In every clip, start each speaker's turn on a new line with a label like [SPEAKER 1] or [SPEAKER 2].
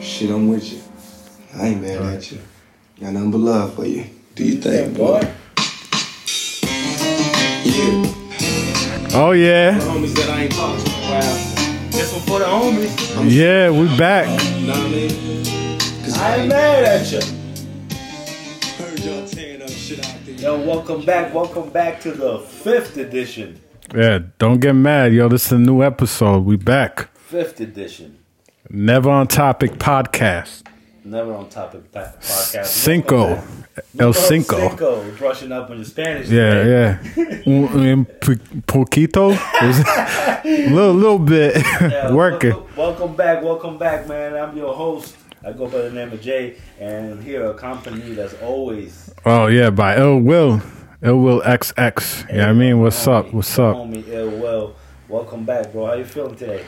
[SPEAKER 1] Shit, I'm with you. I ain't mad at you. Got nothing but love for you. Do you think, boy? Yeah.
[SPEAKER 2] Oh yeah,
[SPEAKER 1] Homies that I ain't talking to. Wow. This one for the homies. I'm
[SPEAKER 2] yeah, we back.
[SPEAKER 1] You know what I mean? 'Cause I ain't
[SPEAKER 3] mad at you.
[SPEAKER 1] heard y'all tearing up shit out there.
[SPEAKER 3] Yo, welcome back. Welcome back to the fifth edition.
[SPEAKER 2] Yeah, don't get mad, yo. This is a new episode. We back.
[SPEAKER 3] Fifth edition.
[SPEAKER 2] Never on topic podcast.
[SPEAKER 3] Never on topic po- podcast.
[SPEAKER 2] Cinco,
[SPEAKER 3] Welcome
[SPEAKER 2] El
[SPEAKER 3] back. Oh,
[SPEAKER 2] Cinco.
[SPEAKER 3] Cinco. We're Brushing up on your Spanish.
[SPEAKER 2] Yeah,
[SPEAKER 3] today.
[SPEAKER 2] yeah. Un, un po- poquito, little little bit
[SPEAKER 3] Yeah,
[SPEAKER 2] working.
[SPEAKER 3] Welcome, welcome back. Welcome back, man. I'm your host. I go by the name of Jay, and here a company that's always
[SPEAKER 2] Oh yeah, by Ill Will, Ill Will XX. Yeah, I mean, what's up? What's up?
[SPEAKER 3] Homie, ill well. Welcome back, bro. How you feeling today?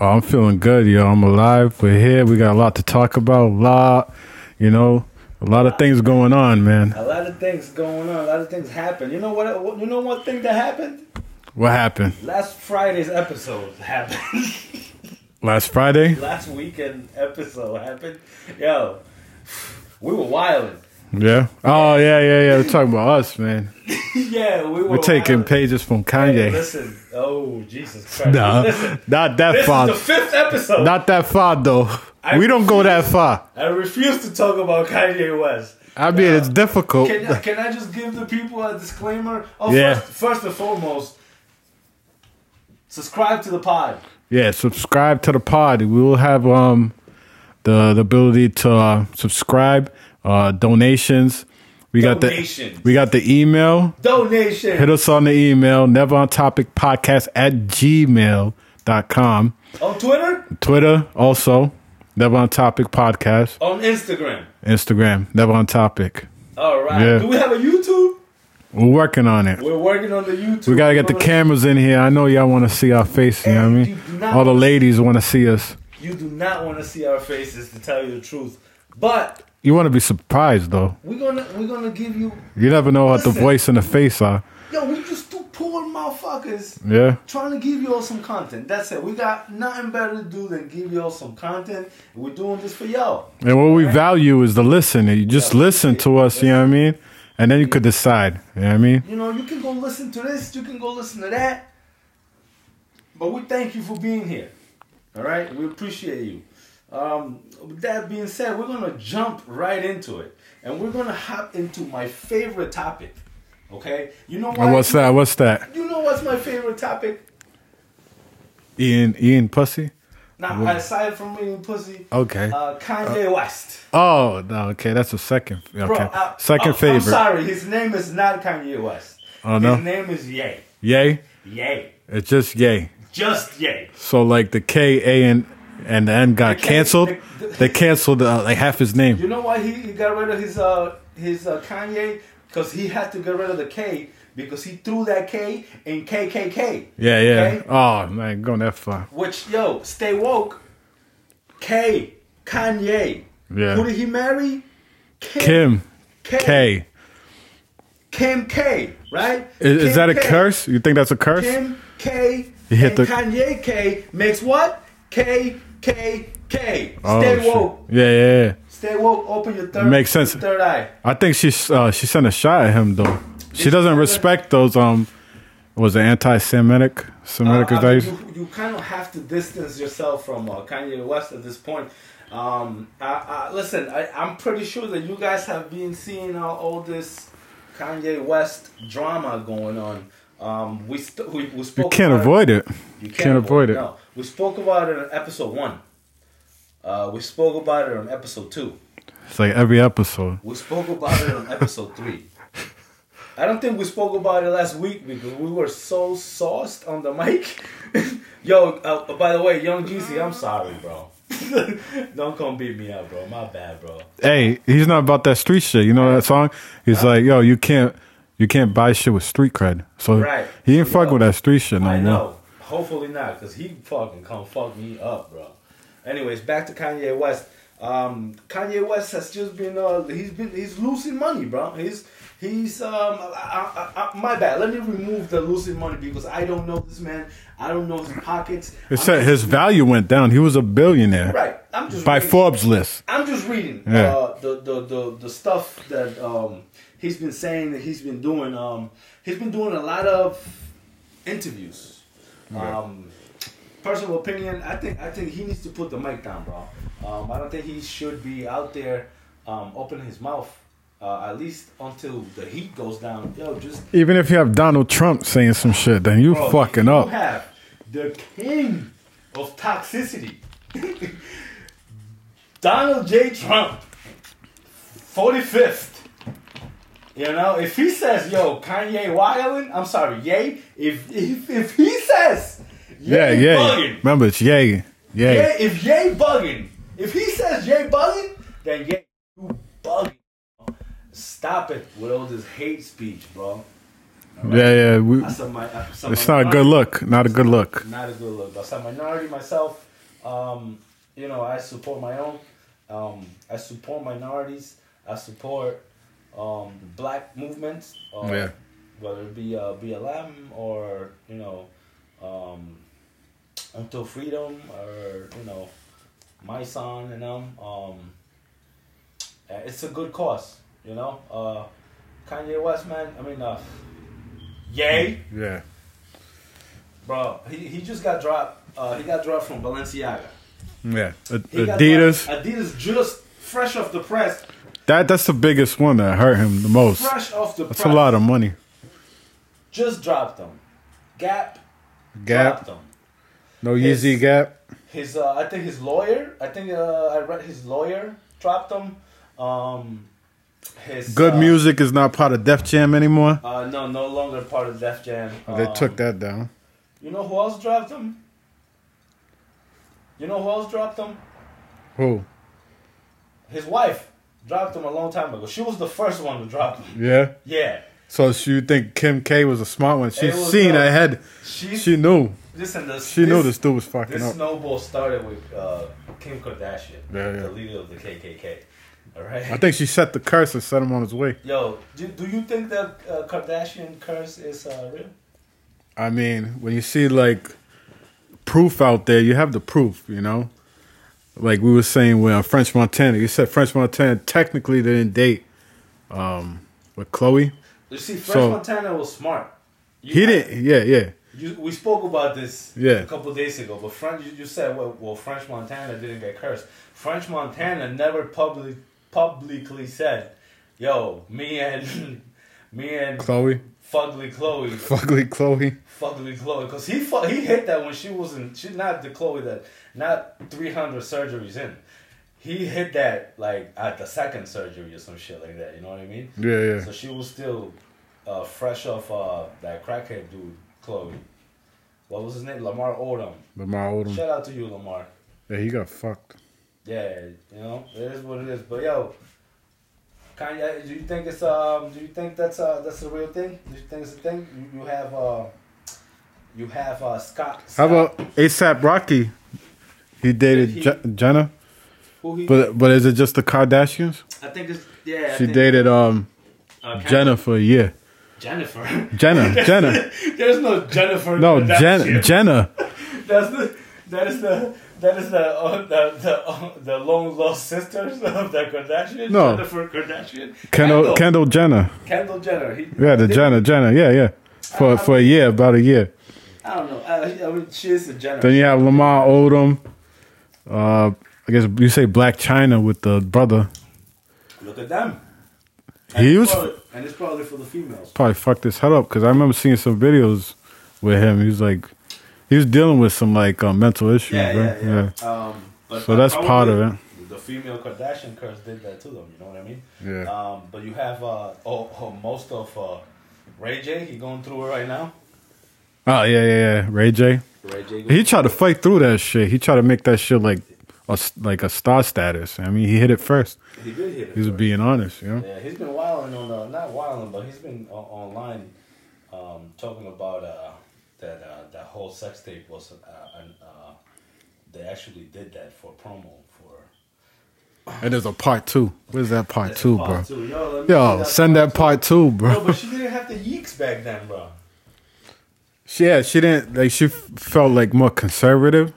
[SPEAKER 2] Oh, I'm feeling good, yo. I'm alive. We're here. We got a lot to talk about. A lot, you know, a lot of things going on, man.
[SPEAKER 3] A lot of things going on. A lot of things happened. You know what? what- You know one thing that happened?
[SPEAKER 2] What happened
[SPEAKER 3] Last Friday's episode happened.
[SPEAKER 2] last Friday?
[SPEAKER 3] Last weekend episode happened. Yo, we were wilding.
[SPEAKER 2] Yeah. Oh yeah, yeah, yeah. We're talking about us, man.
[SPEAKER 3] yeah, we were.
[SPEAKER 2] We're taking
[SPEAKER 3] wilding.
[SPEAKER 2] pages from
[SPEAKER 3] Oh, Hey,
[SPEAKER 2] Kanye.
[SPEAKER 3] listen. Oh Jesus Christ.
[SPEAKER 2] Nah,
[SPEAKER 3] Listen.
[SPEAKER 2] not
[SPEAKER 3] This
[SPEAKER 2] that
[SPEAKER 3] is
[SPEAKER 2] far.
[SPEAKER 3] the fifth episode.
[SPEAKER 2] Not that far though.
[SPEAKER 3] I-
[SPEAKER 2] We don't go that far.
[SPEAKER 3] I refuse to talk about Kanye West.
[SPEAKER 2] I mean, it's difficult.
[SPEAKER 3] Can I, can I just give the people a disclaimer? Oh,
[SPEAKER 2] Oh. Yeah.
[SPEAKER 3] first, first and foremost, subscribe to the pod.
[SPEAKER 2] Yeah, subscribe to the pod. We will have um the the ability to uh, subscribe, uh donations. We got the
[SPEAKER 3] Donations.
[SPEAKER 2] we got the email.
[SPEAKER 3] Donation.
[SPEAKER 2] Hit us on the email, never on topic podcast at gmail.com.
[SPEAKER 3] on Twitter,
[SPEAKER 2] Twitter also, never on topic podcast.
[SPEAKER 3] on Instagram.
[SPEAKER 2] Instagram, never on topic.
[SPEAKER 3] All right.
[SPEAKER 2] Yeah.
[SPEAKER 3] Do we have a YouTube?
[SPEAKER 2] We're working on it.
[SPEAKER 3] We're working on the YouTube.
[SPEAKER 2] We gotta get the cameras in here. I know y'all wanna see our face, you know what I
[SPEAKER 3] You
[SPEAKER 2] mean?
[SPEAKER 3] do not-
[SPEAKER 2] All the ladies wanna see us.
[SPEAKER 3] You do not want to see our faces, to tell you the truth. But
[SPEAKER 2] You wanna be surprised though.
[SPEAKER 3] we're gonna we're gonna give you.
[SPEAKER 2] You never know what the
[SPEAKER 3] Listen.
[SPEAKER 2] voice and the face are.
[SPEAKER 3] Yo, we just two poor motherfuckers.
[SPEAKER 2] Yeah.
[SPEAKER 3] trying to give y'all some content. That's it. We got nothing better to do than give y'all some content. We're doing this for y'all.
[SPEAKER 2] And what we value is the listener. You just
[SPEAKER 3] Yeah.
[SPEAKER 2] listen to us, you know what I mean? And then you could decide. You know what I mean?
[SPEAKER 3] You know, you can go listen to this, you can go listen to that. But we thank you for being here. All right? We appreciate you. Um, with that being said, we're going to jump right into it. And we're going to hop into my favorite topic. Okay? You know what?
[SPEAKER 2] And Uh, what's that? What's that?
[SPEAKER 3] You know what's my favorite topic?
[SPEAKER 2] Ian Ian Pussy?
[SPEAKER 3] Now, aside from eating pussy,
[SPEAKER 2] Mm-hmm. Okay.
[SPEAKER 3] uh, Kanye West.
[SPEAKER 2] Oh no, okay, that's a second okay.
[SPEAKER 3] Bro, I-
[SPEAKER 2] second
[SPEAKER 3] I- I'm
[SPEAKER 2] favorite.
[SPEAKER 3] sorry, his name is not Kanye West.
[SPEAKER 2] Oh, no?
[SPEAKER 3] His name is Ye.
[SPEAKER 2] Yay?
[SPEAKER 3] Ye.
[SPEAKER 2] It's just yay.
[SPEAKER 3] Just Ye.
[SPEAKER 2] So like the K A and and the N got
[SPEAKER 3] The K-
[SPEAKER 2] canceled.
[SPEAKER 3] the- the-
[SPEAKER 2] they canceled uh, like half his name.
[SPEAKER 3] You know why he, he got rid of his uh his uh, Kanye? Because he had to get rid of the K because he threw that K in KKK.
[SPEAKER 2] yeah, yeah.
[SPEAKER 3] Okay?
[SPEAKER 2] Oh man, going that far.
[SPEAKER 3] Which yo, stay woke. K. Kanye.
[SPEAKER 2] Yeah.
[SPEAKER 3] Who did he marry? Kim.
[SPEAKER 2] Kim
[SPEAKER 3] K.
[SPEAKER 2] K.
[SPEAKER 3] Kim K. Right?
[SPEAKER 2] Is, is
[SPEAKER 3] Kim
[SPEAKER 2] that a
[SPEAKER 3] K.
[SPEAKER 2] curse? You think that's a curse?
[SPEAKER 3] Kim K
[SPEAKER 2] You hit
[SPEAKER 3] and
[SPEAKER 2] the-
[SPEAKER 3] Kanye K makes what? K K K.
[SPEAKER 2] Oh,
[SPEAKER 3] Stay
[SPEAKER 2] shit.
[SPEAKER 3] woke.
[SPEAKER 2] Yeah, yeah, yeah.
[SPEAKER 3] Stay woke. Open your third.
[SPEAKER 2] Makes sense.
[SPEAKER 3] your Third eye.
[SPEAKER 2] I think she uh, she sent a shot at him though. She doesn't respect those um was it anti-Semitic Semitic
[SPEAKER 3] Uh,
[SPEAKER 2] is
[SPEAKER 3] I
[SPEAKER 2] that
[SPEAKER 3] mean,
[SPEAKER 2] you-
[SPEAKER 3] you, you kind of have to distance yourself from uh, Kanye West at this point. Um, I, I, listen, I, I'm pretty sure that you guys have been seeing uh, all this Kanye West drama going on. Um, we st- we, we
[SPEAKER 2] you
[SPEAKER 3] spoke
[SPEAKER 2] can't
[SPEAKER 3] about it-
[SPEAKER 2] avoid it.
[SPEAKER 3] You can't,
[SPEAKER 2] Can't avoid it.
[SPEAKER 3] No, we spoke about it in episode one. Uh, we spoke about it on episode two.
[SPEAKER 2] It's like every episode.
[SPEAKER 3] We spoke about it on episode three. I don't think we spoke about it last week because we were so sauced on the mic. Yo, uh, by the way, Young Jeezy, I'm sorry, bro. don't come beat me up, bro. My bad, bro.
[SPEAKER 2] Hey, he's not about that street shit. You know that song? He's like, yo, you can't you can't buy shit with street cred. So
[SPEAKER 3] Right.
[SPEAKER 2] he ain't fuck
[SPEAKER 3] Yo,
[SPEAKER 2] with that street shit no
[SPEAKER 3] I
[SPEAKER 2] more.
[SPEAKER 3] know. Hopefully not, because he fucking come fuck me up, bro. Anyways, back to Kanye West. Um, Kanye West has just been uh, he's been he's losing money, bro. He's he's um I, I, I, my bad. Let me remove the losing money because I don't know this man. I don't know his pockets.
[SPEAKER 2] It said his value went down. He was a billionaire
[SPEAKER 3] right. I'm just
[SPEAKER 2] by
[SPEAKER 3] reading-
[SPEAKER 2] Forbes list.
[SPEAKER 3] I'm just reading
[SPEAKER 2] Yeah.
[SPEAKER 3] uh, the, the the the stuff that um, he's been saying that he's been doing. Um, he's been doing a lot of interviews. Um, personal opinion, I think I think he needs to put the mic down, bro. Um, I don't think he should be out there um, opening his mouth. Uh, at least until the heat goes down, yo, just
[SPEAKER 2] Even if you have Donald Trump saying some shit, then you
[SPEAKER 3] Bro,
[SPEAKER 2] fucking
[SPEAKER 3] you
[SPEAKER 2] up.
[SPEAKER 3] Have the king of toxicity, Donald J. Trump, forty fifth. You know, if he says, "Yo, Kanye wildin'," I'm sorry, yay. If if if he says,
[SPEAKER 2] yeah,
[SPEAKER 3] "Ye
[SPEAKER 2] yeah.
[SPEAKER 3] buggin',"
[SPEAKER 2] Remember, it's yay, yay.
[SPEAKER 3] Ye- if yay bugging, if he says yay bugging, then yay you bugging. Stop it with all this hate speech, bro.
[SPEAKER 2] Yeah, yeah. We,
[SPEAKER 3] That's a, mi- that's a
[SPEAKER 2] it's not a good
[SPEAKER 3] minority.
[SPEAKER 2] look. Not a good look.
[SPEAKER 3] not a good look. But some minority myself, um, you know, I support my own. Um, I support minorities. I support um, black movements. Uh,
[SPEAKER 2] Yeah.
[SPEAKER 3] Whether it be uh, BLM or you know, um, Until Freedom or you know, my son and them. Um, uh, it's a good cause, you know. Uh, Kanye West, man. I mean, uh, yay.
[SPEAKER 2] Yeah.
[SPEAKER 3] Bro, he, he just got dropped. Uh, he got dropped from Balenciaga.
[SPEAKER 2] Yeah. Ad-
[SPEAKER 3] He got
[SPEAKER 2] Adidas.
[SPEAKER 3] dropped- Adidas just fresh off the press.
[SPEAKER 2] That that's the biggest one that hurt him the most.
[SPEAKER 3] Fresh off the
[SPEAKER 2] That's a
[SPEAKER 3] press.
[SPEAKER 2] lot of money.
[SPEAKER 3] Just dropped them. Gap, dropped
[SPEAKER 2] Gap.
[SPEAKER 3] them.
[SPEAKER 2] No
[SPEAKER 3] Yes.
[SPEAKER 2] Yeezy Gap.
[SPEAKER 3] His uh, I think his lawyer. I think uh, I read his lawyer dropped them. Um, his
[SPEAKER 2] Good
[SPEAKER 3] uh,
[SPEAKER 2] music is not part of Def Jam anymore.
[SPEAKER 3] Uh, no, no longer part of Def Jam.
[SPEAKER 2] they
[SPEAKER 3] Um,
[SPEAKER 2] took that down.
[SPEAKER 3] You know who else dropped them? You know who else dropped them?
[SPEAKER 2] Who?
[SPEAKER 3] His wife dropped him a long time ago. She was the first one to drop him.
[SPEAKER 2] Yeah.
[SPEAKER 3] Yeah.
[SPEAKER 2] So she- you think Kim K was a smart one? She
[SPEAKER 3] It was
[SPEAKER 2] seen
[SPEAKER 3] not-
[SPEAKER 2] ahead.
[SPEAKER 3] She's
[SPEAKER 2] She knew.
[SPEAKER 3] Listen, this,
[SPEAKER 2] She
[SPEAKER 3] this,
[SPEAKER 2] knew this dude was fucking
[SPEAKER 3] This
[SPEAKER 2] up.
[SPEAKER 3] snowball started with uh, Kim Kardashian,
[SPEAKER 2] Yeah, yeah.
[SPEAKER 3] the leader of the KKK. All
[SPEAKER 2] I
[SPEAKER 3] right.
[SPEAKER 2] think she set the curse and set him on his way.
[SPEAKER 3] Yo, do, do you think that uh, Kardashian curse is uh, real?
[SPEAKER 2] I mean, when you see like proof out there, you have the proof, you know. Like we were saying with uh, French Montana, you said French Montana technically they didn't date um, with Chloe.
[SPEAKER 3] You see, French
[SPEAKER 2] So-
[SPEAKER 3] Montana was smart. You,
[SPEAKER 2] He didn't. Yeah, yeah,
[SPEAKER 3] You, we spoke about this
[SPEAKER 2] Yeah.
[SPEAKER 3] a couple days ago, but French, you, you said, well, well, French Montana didn't get cursed. French Montana never public, publicly said, yo, me and me and
[SPEAKER 2] Chloe,
[SPEAKER 3] Fugly Chloe
[SPEAKER 2] fuckly Chloe.
[SPEAKER 3] fucking with Chloe because he fu- he hit that when she wasn't she not the Chloe that not three hundred surgeries in. He hit that like at the second surgery or some shit like that. You know what I mean?
[SPEAKER 2] Yeah, yeah.
[SPEAKER 3] So she was still uh, fresh off uh, that crackhead dude, Chloe. What was his name? Lamar Odom.
[SPEAKER 2] Lamar Odom.
[SPEAKER 3] Shout out to you, Lamar.
[SPEAKER 2] Yeah, he got fucked.
[SPEAKER 3] Yeah, you know it is what it is. But yo, Kanye, do you think it's um? Do you think that's uh that's a real thing? Do you think it's a thing? You, you have uh, you have uh Scott.
[SPEAKER 2] How
[SPEAKER 3] Scott
[SPEAKER 2] about ASAP Rocky? He dated
[SPEAKER 3] he-
[SPEAKER 2] Je- Jenna,
[SPEAKER 3] Who he?
[SPEAKER 2] but but is it just the Kardashians?
[SPEAKER 3] I think it's yeah. I
[SPEAKER 2] She
[SPEAKER 3] think,
[SPEAKER 2] dated um
[SPEAKER 3] uh, Ken-
[SPEAKER 2] Jenna for a year.
[SPEAKER 3] Jennifer.
[SPEAKER 2] Jenna, Jenna.
[SPEAKER 3] There's no Jennifer.
[SPEAKER 2] No,
[SPEAKER 3] in that
[SPEAKER 2] Jen-
[SPEAKER 3] shit.
[SPEAKER 2] Jenna.
[SPEAKER 3] That's the. That is the that is the uh, the the, uh, the long lost sisters of the Kardashian.
[SPEAKER 2] No.
[SPEAKER 3] Jennifer Kardashian.
[SPEAKER 2] Kendall, Kendall Jenner.
[SPEAKER 3] Kendall Jenner. He,
[SPEAKER 2] Yeah, the
[SPEAKER 3] they-
[SPEAKER 2] Jenner, Jenner. Yeah, yeah. For for a year, about a year.
[SPEAKER 3] I don't know. I, I mean, she is a Jenner.
[SPEAKER 2] Then you have Lamar Odom. Uh, I guess you say Black China with the brother.
[SPEAKER 3] Look at them.
[SPEAKER 2] He
[SPEAKER 3] it's
[SPEAKER 2] was
[SPEAKER 3] probably, and it's probably for the females.
[SPEAKER 2] probably fucked his head up because I remember seeing some videos with him. He was like, he was dealing with some like uh, mental issues.
[SPEAKER 3] Yeah, yeah,
[SPEAKER 2] right?
[SPEAKER 3] yeah. Um, but
[SPEAKER 2] So that's
[SPEAKER 3] probably
[SPEAKER 2] part of it.
[SPEAKER 3] The female Kardashian curse did that to them. You know what I mean?
[SPEAKER 2] Yeah.
[SPEAKER 3] Um, but you have uh, oh, oh, most of uh, Ray J. He going through it right now.
[SPEAKER 2] Oh yeah, yeah, yeah. Ray J.
[SPEAKER 3] Ray J.
[SPEAKER 2] He tried to fight through that shit. He tried to make that shit like a s- like a star status. I mean, he hit it first.
[SPEAKER 3] he did hit it.
[SPEAKER 2] He was
[SPEAKER 3] first.
[SPEAKER 2] being honest, you know.
[SPEAKER 3] Yeah, he's been wilding on uh, not wilding, but he's been o- online um, talking about uh, that uh, that whole sex tape was uh, an, uh, they actually did that for promo for
[SPEAKER 2] And there's a part two. Where's that part
[SPEAKER 3] That's
[SPEAKER 2] two,
[SPEAKER 3] part
[SPEAKER 2] bro?
[SPEAKER 3] two. Oh, Yo, let me see
[SPEAKER 2] Yo, send that part two, bro.
[SPEAKER 3] Yo, but she didn't have the yeeks back then, bro.
[SPEAKER 2] She- Yeah, she didn't like. She f- felt like more conservative,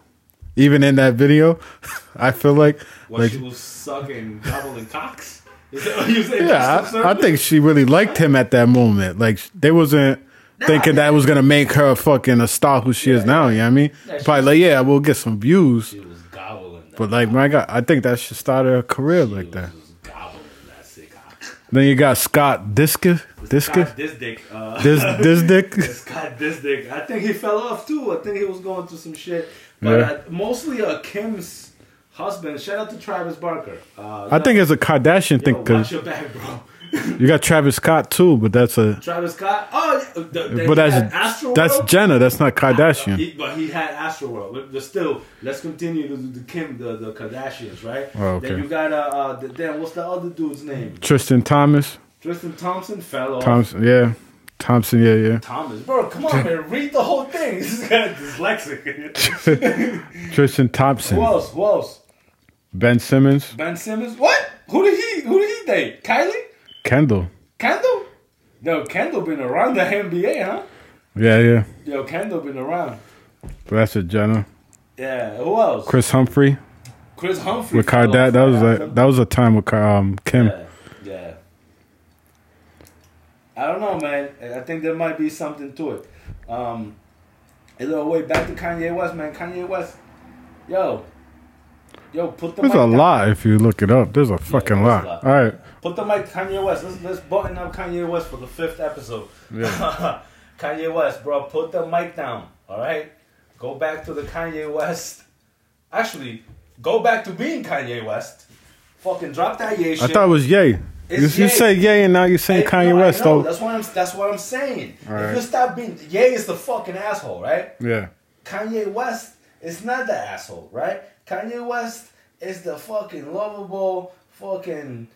[SPEAKER 2] even in that video. I feel like,
[SPEAKER 3] What
[SPEAKER 2] like,
[SPEAKER 3] she was sucking, gobbling cocks. Is that what you say?
[SPEAKER 2] yeah, I, I think she really liked him at that moment. Like, they wasn't thinking that was gonna make her fucking a star who she is now. You know what I mean?
[SPEAKER 3] Yeah, she-
[SPEAKER 2] Probably like, yeah, we'll get some views,
[SPEAKER 3] She was gobbling.
[SPEAKER 2] but like, my God, I think that should start her career like that.
[SPEAKER 3] She was gobbling that sick cock.
[SPEAKER 2] Then you got Scott Discus, Discus,
[SPEAKER 3] Scott this dick. Uh,
[SPEAKER 2] Dis Dis Dick.
[SPEAKER 3] Scott this dick. I think he fell off too. I think he was going through some shit. But
[SPEAKER 2] Yeah.
[SPEAKER 3] uh, mostly uh, Kim's husband. Shout out to Travis Barker. Uh,
[SPEAKER 2] I think it's a
[SPEAKER 3] yo,
[SPEAKER 2] Kardashian thing
[SPEAKER 3] watch
[SPEAKER 2] because
[SPEAKER 3] your back, bro.
[SPEAKER 2] you got Travis Scott too, but that's a
[SPEAKER 3] Travis Scott. Oh, yeah. the, the,
[SPEAKER 2] but
[SPEAKER 3] had
[SPEAKER 2] that's
[SPEAKER 3] Astro
[SPEAKER 2] that's
[SPEAKER 3] World.
[SPEAKER 2] Jenna. That's not Kardashian.
[SPEAKER 3] He, but he had Astroworld. But- But still, let's continue to the Kim, the, the Kardashians, right?
[SPEAKER 2] Oh, okay.
[SPEAKER 3] Then you got uh, uh the, then what's the other dude's name?
[SPEAKER 2] Tristan Thomas.
[SPEAKER 3] Tristan Thompson fell off.
[SPEAKER 2] Thompson, yeah. Thompson, yeah, yeah.
[SPEAKER 3] Thomas, bro, come on, man, read the whole thing. This guy is dyslexic.
[SPEAKER 2] Tristan Thompson.
[SPEAKER 3] who else? Who else?
[SPEAKER 2] Ben Simmons.
[SPEAKER 3] Ben Simmons. What? Who did he? Who did he date? Kylie?
[SPEAKER 2] Kendall.
[SPEAKER 3] Kendall? No, Kendall been around the NBA, huh?
[SPEAKER 2] Yeah, yeah.
[SPEAKER 3] Yo, Kendall been around.
[SPEAKER 2] But that's a Jenna.
[SPEAKER 3] Yeah. Who else? Chris,
[SPEAKER 2] Chris Humphrey
[SPEAKER 3] Humphrey.
[SPEAKER 2] with Kardashian. That was a that was a time with Ka- um Kim.
[SPEAKER 3] Yeah, yeah. I don't know, man. I think there might be something to it. Um, a little way back to Kanye West, man. Kanye West, yo, yo, put the
[SPEAKER 2] There's
[SPEAKER 3] mic
[SPEAKER 2] a
[SPEAKER 3] down.
[SPEAKER 2] lot if you look it up. There's a fucking
[SPEAKER 3] there's a
[SPEAKER 2] lot.
[SPEAKER 3] lot.
[SPEAKER 2] All right.
[SPEAKER 3] Put the mic, to Kanye West. Let's let's button up Kanye West for the fifth episode. Kanye West, bro, put the mic down. All right, go back to the Kanye West. Actually, go back to being Kanye West. Fucking drop that yay
[SPEAKER 2] I
[SPEAKER 3] shit.
[SPEAKER 2] thought it was Yay. You,
[SPEAKER 3] It's
[SPEAKER 2] you
[SPEAKER 3] Ye.
[SPEAKER 2] say Yay and now you're saying
[SPEAKER 3] Hey,
[SPEAKER 2] Kanye
[SPEAKER 3] no, I
[SPEAKER 2] West
[SPEAKER 3] know.
[SPEAKER 2] though.
[SPEAKER 3] That's what I'm. That's what I'm saying.
[SPEAKER 2] Alright.
[SPEAKER 3] If you stop being, Ye is the fucking asshole, right?
[SPEAKER 2] Yeah.
[SPEAKER 3] Kanye West is not the asshole, right? Kanye West is the fucking lovable, fucking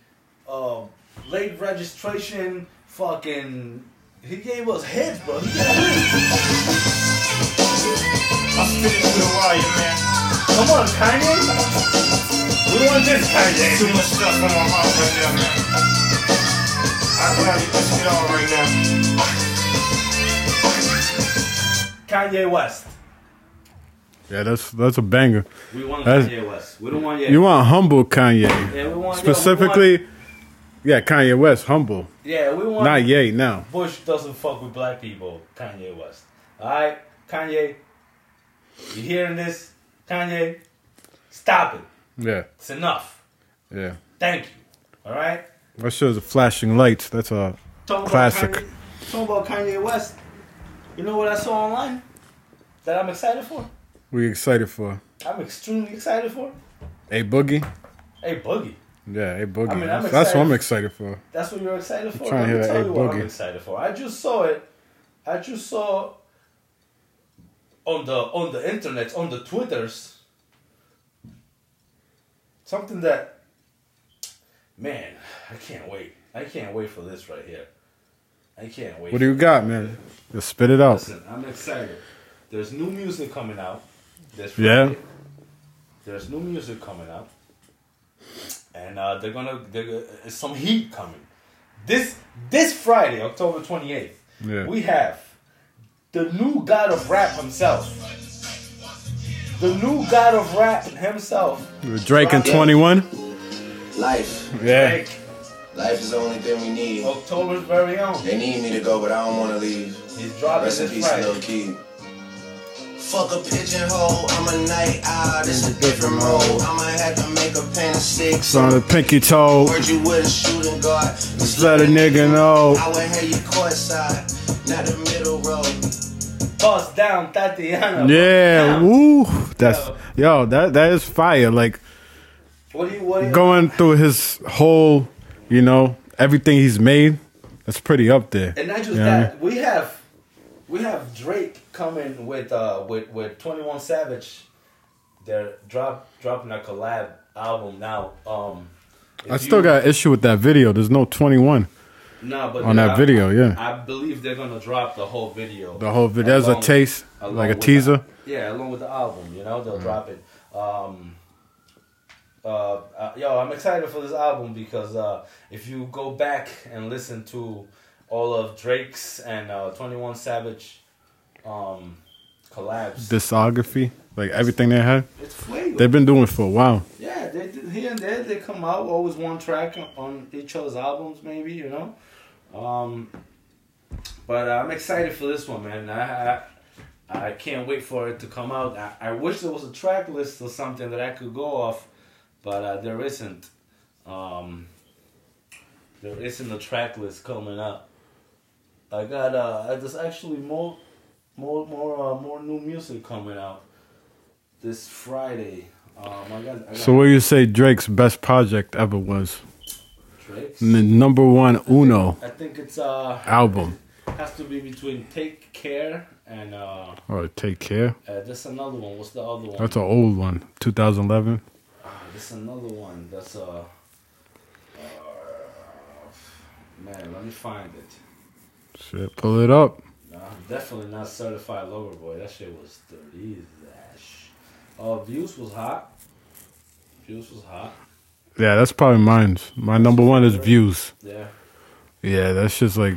[SPEAKER 3] uh, late registration, fucking. He gave us hits, bro. He gave us hits.
[SPEAKER 4] I'm spitting to the wire, man.
[SPEAKER 3] Come on, Kanye. We want this
[SPEAKER 4] There's
[SPEAKER 3] Kanye.
[SPEAKER 4] too much stuff on my mind right now, man. I gladly push it all right now.
[SPEAKER 3] Kanye West.
[SPEAKER 2] Yeah, that's that's a banger.
[SPEAKER 3] We want
[SPEAKER 2] That's-
[SPEAKER 3] Kanye West. We don't want Ye.
[SPEAKER 2] You want humble Kanye.
[SPEAKER 3] yeah, we want, yo, we want-
[SPEAKER 2] Specifically, yeah, Kanye West, humble.
[SPEAKER 3] yeah, we want.
[SPEAKER 2] Not Yay now.
[SPEAKER 3] Bush doesn't fuck with black people, Kanye West. Alright? Kanye, you hearing this? Kanye, stop it.
[SPEAKER 2] Yeah.
[SPEAKER 3] It's enough.
[SPEAKER 2] Yeah.
[SPEAKER 3] Thank you. Alright?
[SPEAKER 2] That shows the flashing lights. That's a
[SPEAKER 3] Talking
[SPEAKER 2] Classic.
[SPEAKER 3] About Kanye, talking about Kanye West, you know what I saw online that I'm excited for?
[SPEAKER 2] we excited for.
[SPEAKER 3] I'm extremely excited for?
[SPEAKER 2] Hey Boogie.
[SPEAKER 3] Hey, Boogie.
[SPEAKER 2] Yeah, hey Boogie.
[SPEAKER 3] I mean, I'm
[SPEAKER 2] that's, that's what I'm
[SPEAKER 3] excited.
[SPEAKER 2] excited for.
[SPEAKER 3] That's what you're excited for.
[SPEAKER 2] trying
[SPEAKER 3] Let
[SPEAKER 2] to
[SPEAKER 3] me
[SPEAKER 2] hear
[SPEAKER 3] tell
[SPEAKER 2] that
[SPEAKER 3] you
[SPEAKER 2] Egg
[SPEAKER 3] what I'm
[SPEAKER 2] Boogie.
[SPEAKER 3] excited for. I just saw it. I just saw on the on the internet, on the twitters, something that man, I can't wait. I can't wait for this right here. I can't wait.
[SPEAKER 2] What do you got, man? Just spit it out.
[SPEAKER 3] Listen, I'm excited. There's new music coming out. This
[SPEAKER 2] Yeah.
[SPEAKER 3] Friday. There's new music coming out, and uh, they're gonna they're, gonna- uh, some heat coming. This this Friday, October 28th,
[SPEAKER 2] Yeah.
[SPEAKER 3] we have the new God of Rap himself. The new God of Rap himself.
[SPEAKER 2] Drake and 21.
[SPEAKER 1] Life.
[SPEAKER 2] Yeah.
[SPEAKER 3] Drake,
[SPEAKER 1] Life is the only thing we need.
[SPEAKER 3] October's very own.
[SPEAKER 1] They need me to go, but I don't want to leave.
[SPEAKER 3] He's dropping
[SPEAKER 1] Rest in
[SPEAKER 3] this
[SPEAKER 1] peace, Lil
[SPEAKER 3] Friday.
[SPEAKER 1] Key. Fuck a pigeonhole, I'm a night owl, this a different mode. I'ma have to make a pen six.
[SPEAKER 2] Son of the pinky toe.
[SPEAKER 1] Heard you with a shooting guard. Just
[SPEAKER 2] Let a nigga know.
[SPEAKER 1] I would have you courtside, not the middle road.
[SPEAKER 3] Bust down, Tatiana.
[SPEAKER 2] Yeah.
[SPEAKER 3] Down.
[SPEAKER 2] Woo. That's yo, that that is fire. Like
[SPEAKER 3] What do you what? do you-
[SPEAKER 2] going through his whole, you know, everything he's made, that's pretty up there.
[SPEAKER 3] And not just
[SPEAKER 2] Yeah.
[SPEAKER 3] that, we have we have Drake coming with uh with with Twenty One Savage. They're drop dropping a collab album now. Um, if
[SPEAKER 2] I still
[SPEAKER 3] you-
[SPEAKER 2] got an issue with that video. There's no 21.
[SPEAKER 3] nah, but
[SPEAKER 2] on
[SPEAKER 3] I-
[SPEAKER 2] that video, yeah.
[SPEAKER 3] I believe they're gonna drop the whole video.
[SPEAKER 2] The whole video. There's a
[SPEAKER 3] along-
[SPEAKER 2] taste,
[SPEAKER 3] along
[SPEAKER 2] like a
[SPEAKER 3] with
[SPEAKER 2] teaser.
[SPEAKER 3] the- yeah, along with the album, you know, they'll drop it. Um, uh, uh, yo, I'm excited for this album because uh, if you go back and listen to all of Drake's and uh, 21 Savage um, collabs,
[SPEAKER 2] Discography, like everything they had,
[SPEAKER 3] it's fuego.
[SPEAKER 2] they've been doing it for a while.
[SPEAKER 3] Yeah, they did here and there they come out always one track on each other's albums, maybe you know. Um, but uh, I'm excited for this one, man. I I, I can't wait for it to come out. I, I wish there was a track list or something that I could go off, but uh, there isn't. Um, there isn't a track list coming up. I got uh, I- there's actually more, more, more, uh, more new music coming out this Friday. Um, I got, I got
[SPEAKER 2] So, what do you say Drake's best project ever was?
[SPEAKER 3] Drake's.
[SPEAKER 2] The number one Uno
[SPEAKER 3] I think it's uh
[SPEAKER 2] album.
[SPEAKER 3] has to be between Take Care and uh,
[SPEAKER 2] Or Take Care.
[SPEAKER 3] uh this another one. What's the other one?
[SPEAKER 2] That's an old one, 2011.
[SPEAKER 3] Ah, this another one. That's uh, uh man. Let me find it.
[SPEAKER 2] Shit, pull it up.
[SPEAKER 3] Nah, I'm definitely not certified lover boy. That shit was dirty. Dash. Oh, views was hot. Views was hot.
[SPEAKER 2] Yeah, that's probably mine's. My number one is Views.
[SPEAKER 3] Yeah.
[SPEAKER 2] Yeah, that's just like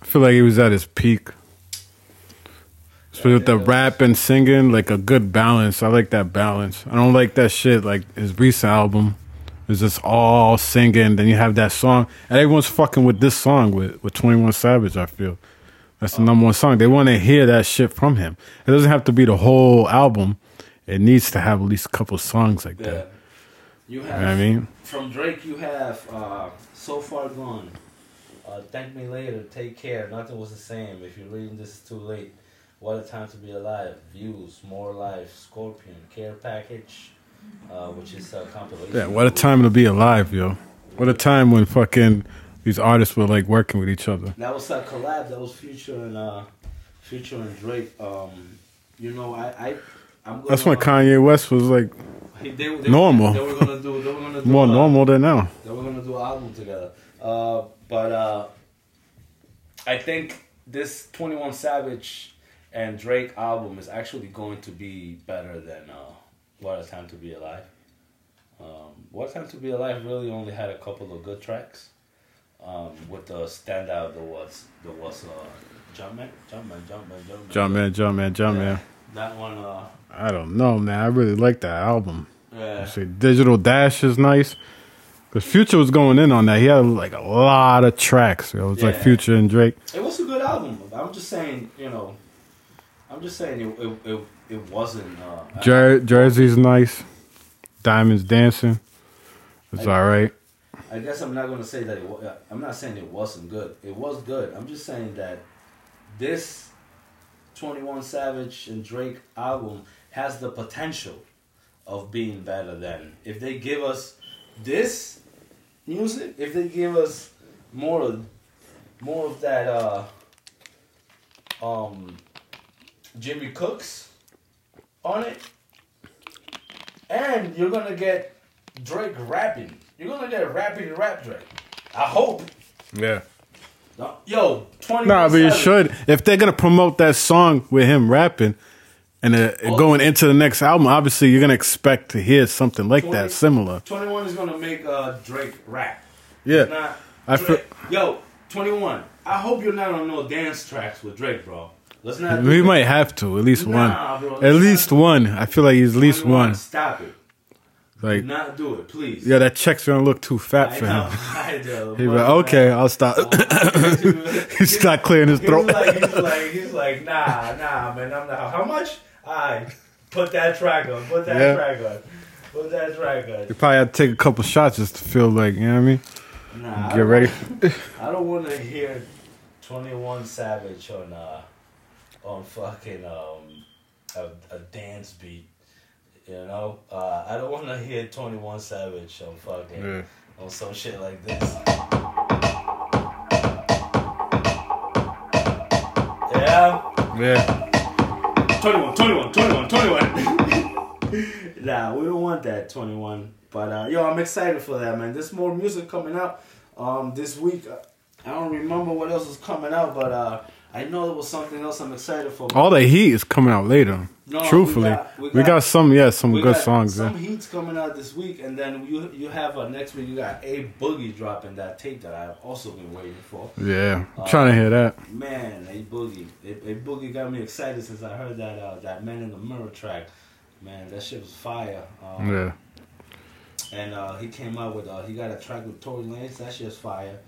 [SPEAKER 2] I feel like he was at his peak. So with the rap and singing, like a good balance. I like that balance. I don't like that shit. Like his recent album is just all singing. Then you have that song, and everyone's fucking with this song with with Twenty One Savage. I feel that's the number one song. They want to hear that shit from him. It doesn't have to be the whole album. It needs to have at least a couple songs like
[SPEAKER 3] Yeah.
[SPEAKER 2] that.
[SPEAKER 3] You
[SPEAKER 2] You
[SPEAKER 3] have.
[SPEAKER 2] know what I mean?
[SPEAKER 3] From Drake, you have uh, So Far Gone, uh, Thank Me Later, Take Care, Nothing Was the Same, If You're Reading This It's Too Late, What a Time to Be Alive, Views, More Life, Scorpion, Care Package, uh, which is a compilation.
[SPEAKER 2] Yeah, what a time to be alive, yo. What a time when fucking these artists were like working with each other.
[SPEAKER 3] That was a collab, that was Future and, uh, Future and Drake. Um, you know, I. I I'm gonna,
[SPEAKER 2] That's when Kanye West was like
[SPEAKER 3] he- they- they-
[SPEAKER 2] Normal.
[SPEAKER 3] They were gonna do. They were gonna do
[SPEAKER 2] more
[SPEAKER 3] uh,
[SPEAKER 2] normal than now.
[SPEAKER 3] They were gonna do an album together. Uh, but uh, I think this Twenty One Savage and Drake album is actually going to be better than uh, What a Time to Be Alive. Um, what a Time to Be Alive really only had a couple of good tracks. Um, with the standout, there was there was uh, Jumpman, Jumpman, Jumpman, Jumpman.
[SPEAKER 2] John Man, John Man, John Man.
[SPEAKER 3] That one, uh,
[SPEAKER 2] I don't know, man. I really like that album.
[SPEAKER 3] yeah.
[SPEAKER 2] See, Digital Dash is nice. Cause Future was going in on that. He had like a lot of tracks. Yo. It was like
[SPEAKER 3] Yeah.
[SPEAKER 2] Future and Drake.
[SPEAKER 3] It was a good album. I'm just saying, you know, I'm just saying it it it, it wasn't. Uh,
[SPEAKER 2] Jer- Jersey's nice. Diamonds Dancing. It's
[SPEAKER 3] I-
[SPEAKER 2] all right.
[SPEAKER 3] I guess I'm not gonna say that. It wa- I'm not saying it wasn't good. It was good. I'm just saying that this 21 Savage and Drake album has the potential of being better than if they give us this music. If they give us more of more of that, uh, um, Jimmy Cooks on it, and you're gonna get Drake rapping. You're gonna get rapping rap Drake. I hope.
[SPEAKER 2] Yeah.
[SPEAKER 3] No- Yo, twenty.
[SPEAKER 2] Nah, but you should. If they're gonna promote that song with him rapping and uh,
[SPEAKER 3] Oh.
[SPEAKER 2] going into the next album, obviously you're gonna expect to hear something like
[SPEAKER 3] Twenty-
[SPEAKER 2] that, similar.
[SPEAKER 3] Twenty one is gonna make uh, Drake rap. If
[SPEAKER 2] Yeah,
[SPEAKER 3] Not,
[SPEAKER 2] I
[SPEAKER 3] Drake. Yo, twenty one. I hope you're not on no dance tracks with Drake, bro. Let's not. do
[SPEAKER 2] we
[SPEAKER 3] that.
[SPEAKER 2] might have to at least
[SPEAKER 3] Nah,
[SPEAKER 2] one,
[SPEAKER 3] bro,
[SPEAKER 2] at
[SPEAKER 3] that's
[SPEAKER 2] least one. I feel like he's at least
[SPEAKER 3] 21,
[SPEAKER 2] one.
[SPEAKER 3] Stop it.
[SPEAKER 2] Like,
[SPEAKER 3] Do not do it, please.
[SPEAKER 2] yeah, that check's gonna look too fat
[SPEAKER 3] I
[SPEAKER 2] for
[SPEAKER 3] know. Oh.
[SPEAKER 2] him.
[SPEAKER 3] I know.
[SPEAKER 2] He's like, okay, I'll stop. He's not clearing his
[SPEAKER 3] He was
[SPEAKER 2] throat.
[SPEAKER 3] like, he's like, he's like, nah, nah, man. I'm not. How much? I put that track on. Put that
[SPEAKER 2] Yeah.
[SPEAKER 3] track on. Put that track on.
[SPEAKER 2] You probably have to take a couple shots just to feel like you know what I mean.
[SPEAKER 3] Nah, I
[SPEAKER 2] Get
[SPEAKER 3] don't-
[SPEAKER 2] ready.
[SPEAKER 3] I don't want to hear Twenty One Savage on uh on fucking um a, a dance beat. You know, uh, I don't want to hear Twenty One Savage on fucking
[SPEAKER 2] Yeah.
[SPEAKER 3] on some shit like this. Yeah.
[SPEAKER 2] Yeah,
[SPEAKER 3] 21, 21, 21, 21. nah, we don't want that 21. But uh, yo, I'm excited for that, man. There's more music coming out um, this week. I don't remember what else is coming out, but uh, I know there was something else I'm excited for.
[SPEAKER 2] All the heat is coming out later.
[SPEAKER 3] No, we
[SPEAKER 2] truthfully, we
[SPEAKER 3] got-
[SPEAKER 2] got,
[SPEAKER 3] we got-
[SPEAKER 2] some. Yeah, some
[SPEAKER 3] We
[SPEAKER 2] good
[SPEAKER 3] got
[SPEAKER 2] songs.
[SPEAKER 3] Some
[SPEAKER 2] yeah.
[SPEAKER 3] heat's coming out this week, and then you you have uh, next week. You got a boogie dropping that tape that I've also been waiting for.
[SPEAKER 2] Yeah, I'm trying to hear that.
[SPEAKER 3] Man, a boogie, a, a boogie got me excited since I heard that uh, that Man in the Mirror track. Man, that shit was fire. Um,
[SPEAKER 2] Yeah,
[SPEAKER 3] And uh, he came out with uh, he got a track with Tory Lanez. That shit's fire.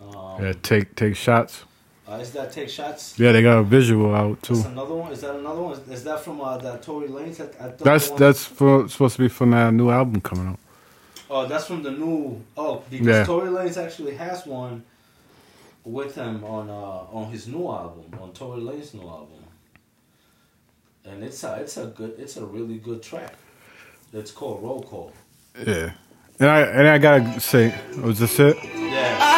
[SPEAKER 3] Um,
[SPEAKER 2] yeah. Take take shots.
[SPEAKER 3] uh, is that Take Shots?
[SPEAKER 2] Yeah, they got a visual out too.
[SPEAKER 3] That's another one. Is that another one? Is, is that from uh, that Tory Lanez? I, I thought the
[SPEAKER 2] That's
[SPEAKER 3] one-
[SPEAKER 2] that's for, supposed to be from that new album coming out.
[SPEAKER 3] Oh, that's from the new. Oh, because
[SPEAKER 2] Yeah.
[SPEAKER 3] Tory Lanez actually has one with him on uh, on his new album, on Tory Lanez's new album, and it's a it's a good it's a really good track. It's called Roll Call.
[SPEAKER 2] Yeah, and I and I gotta say, was this it?
[SPEAKER 3] Yeah,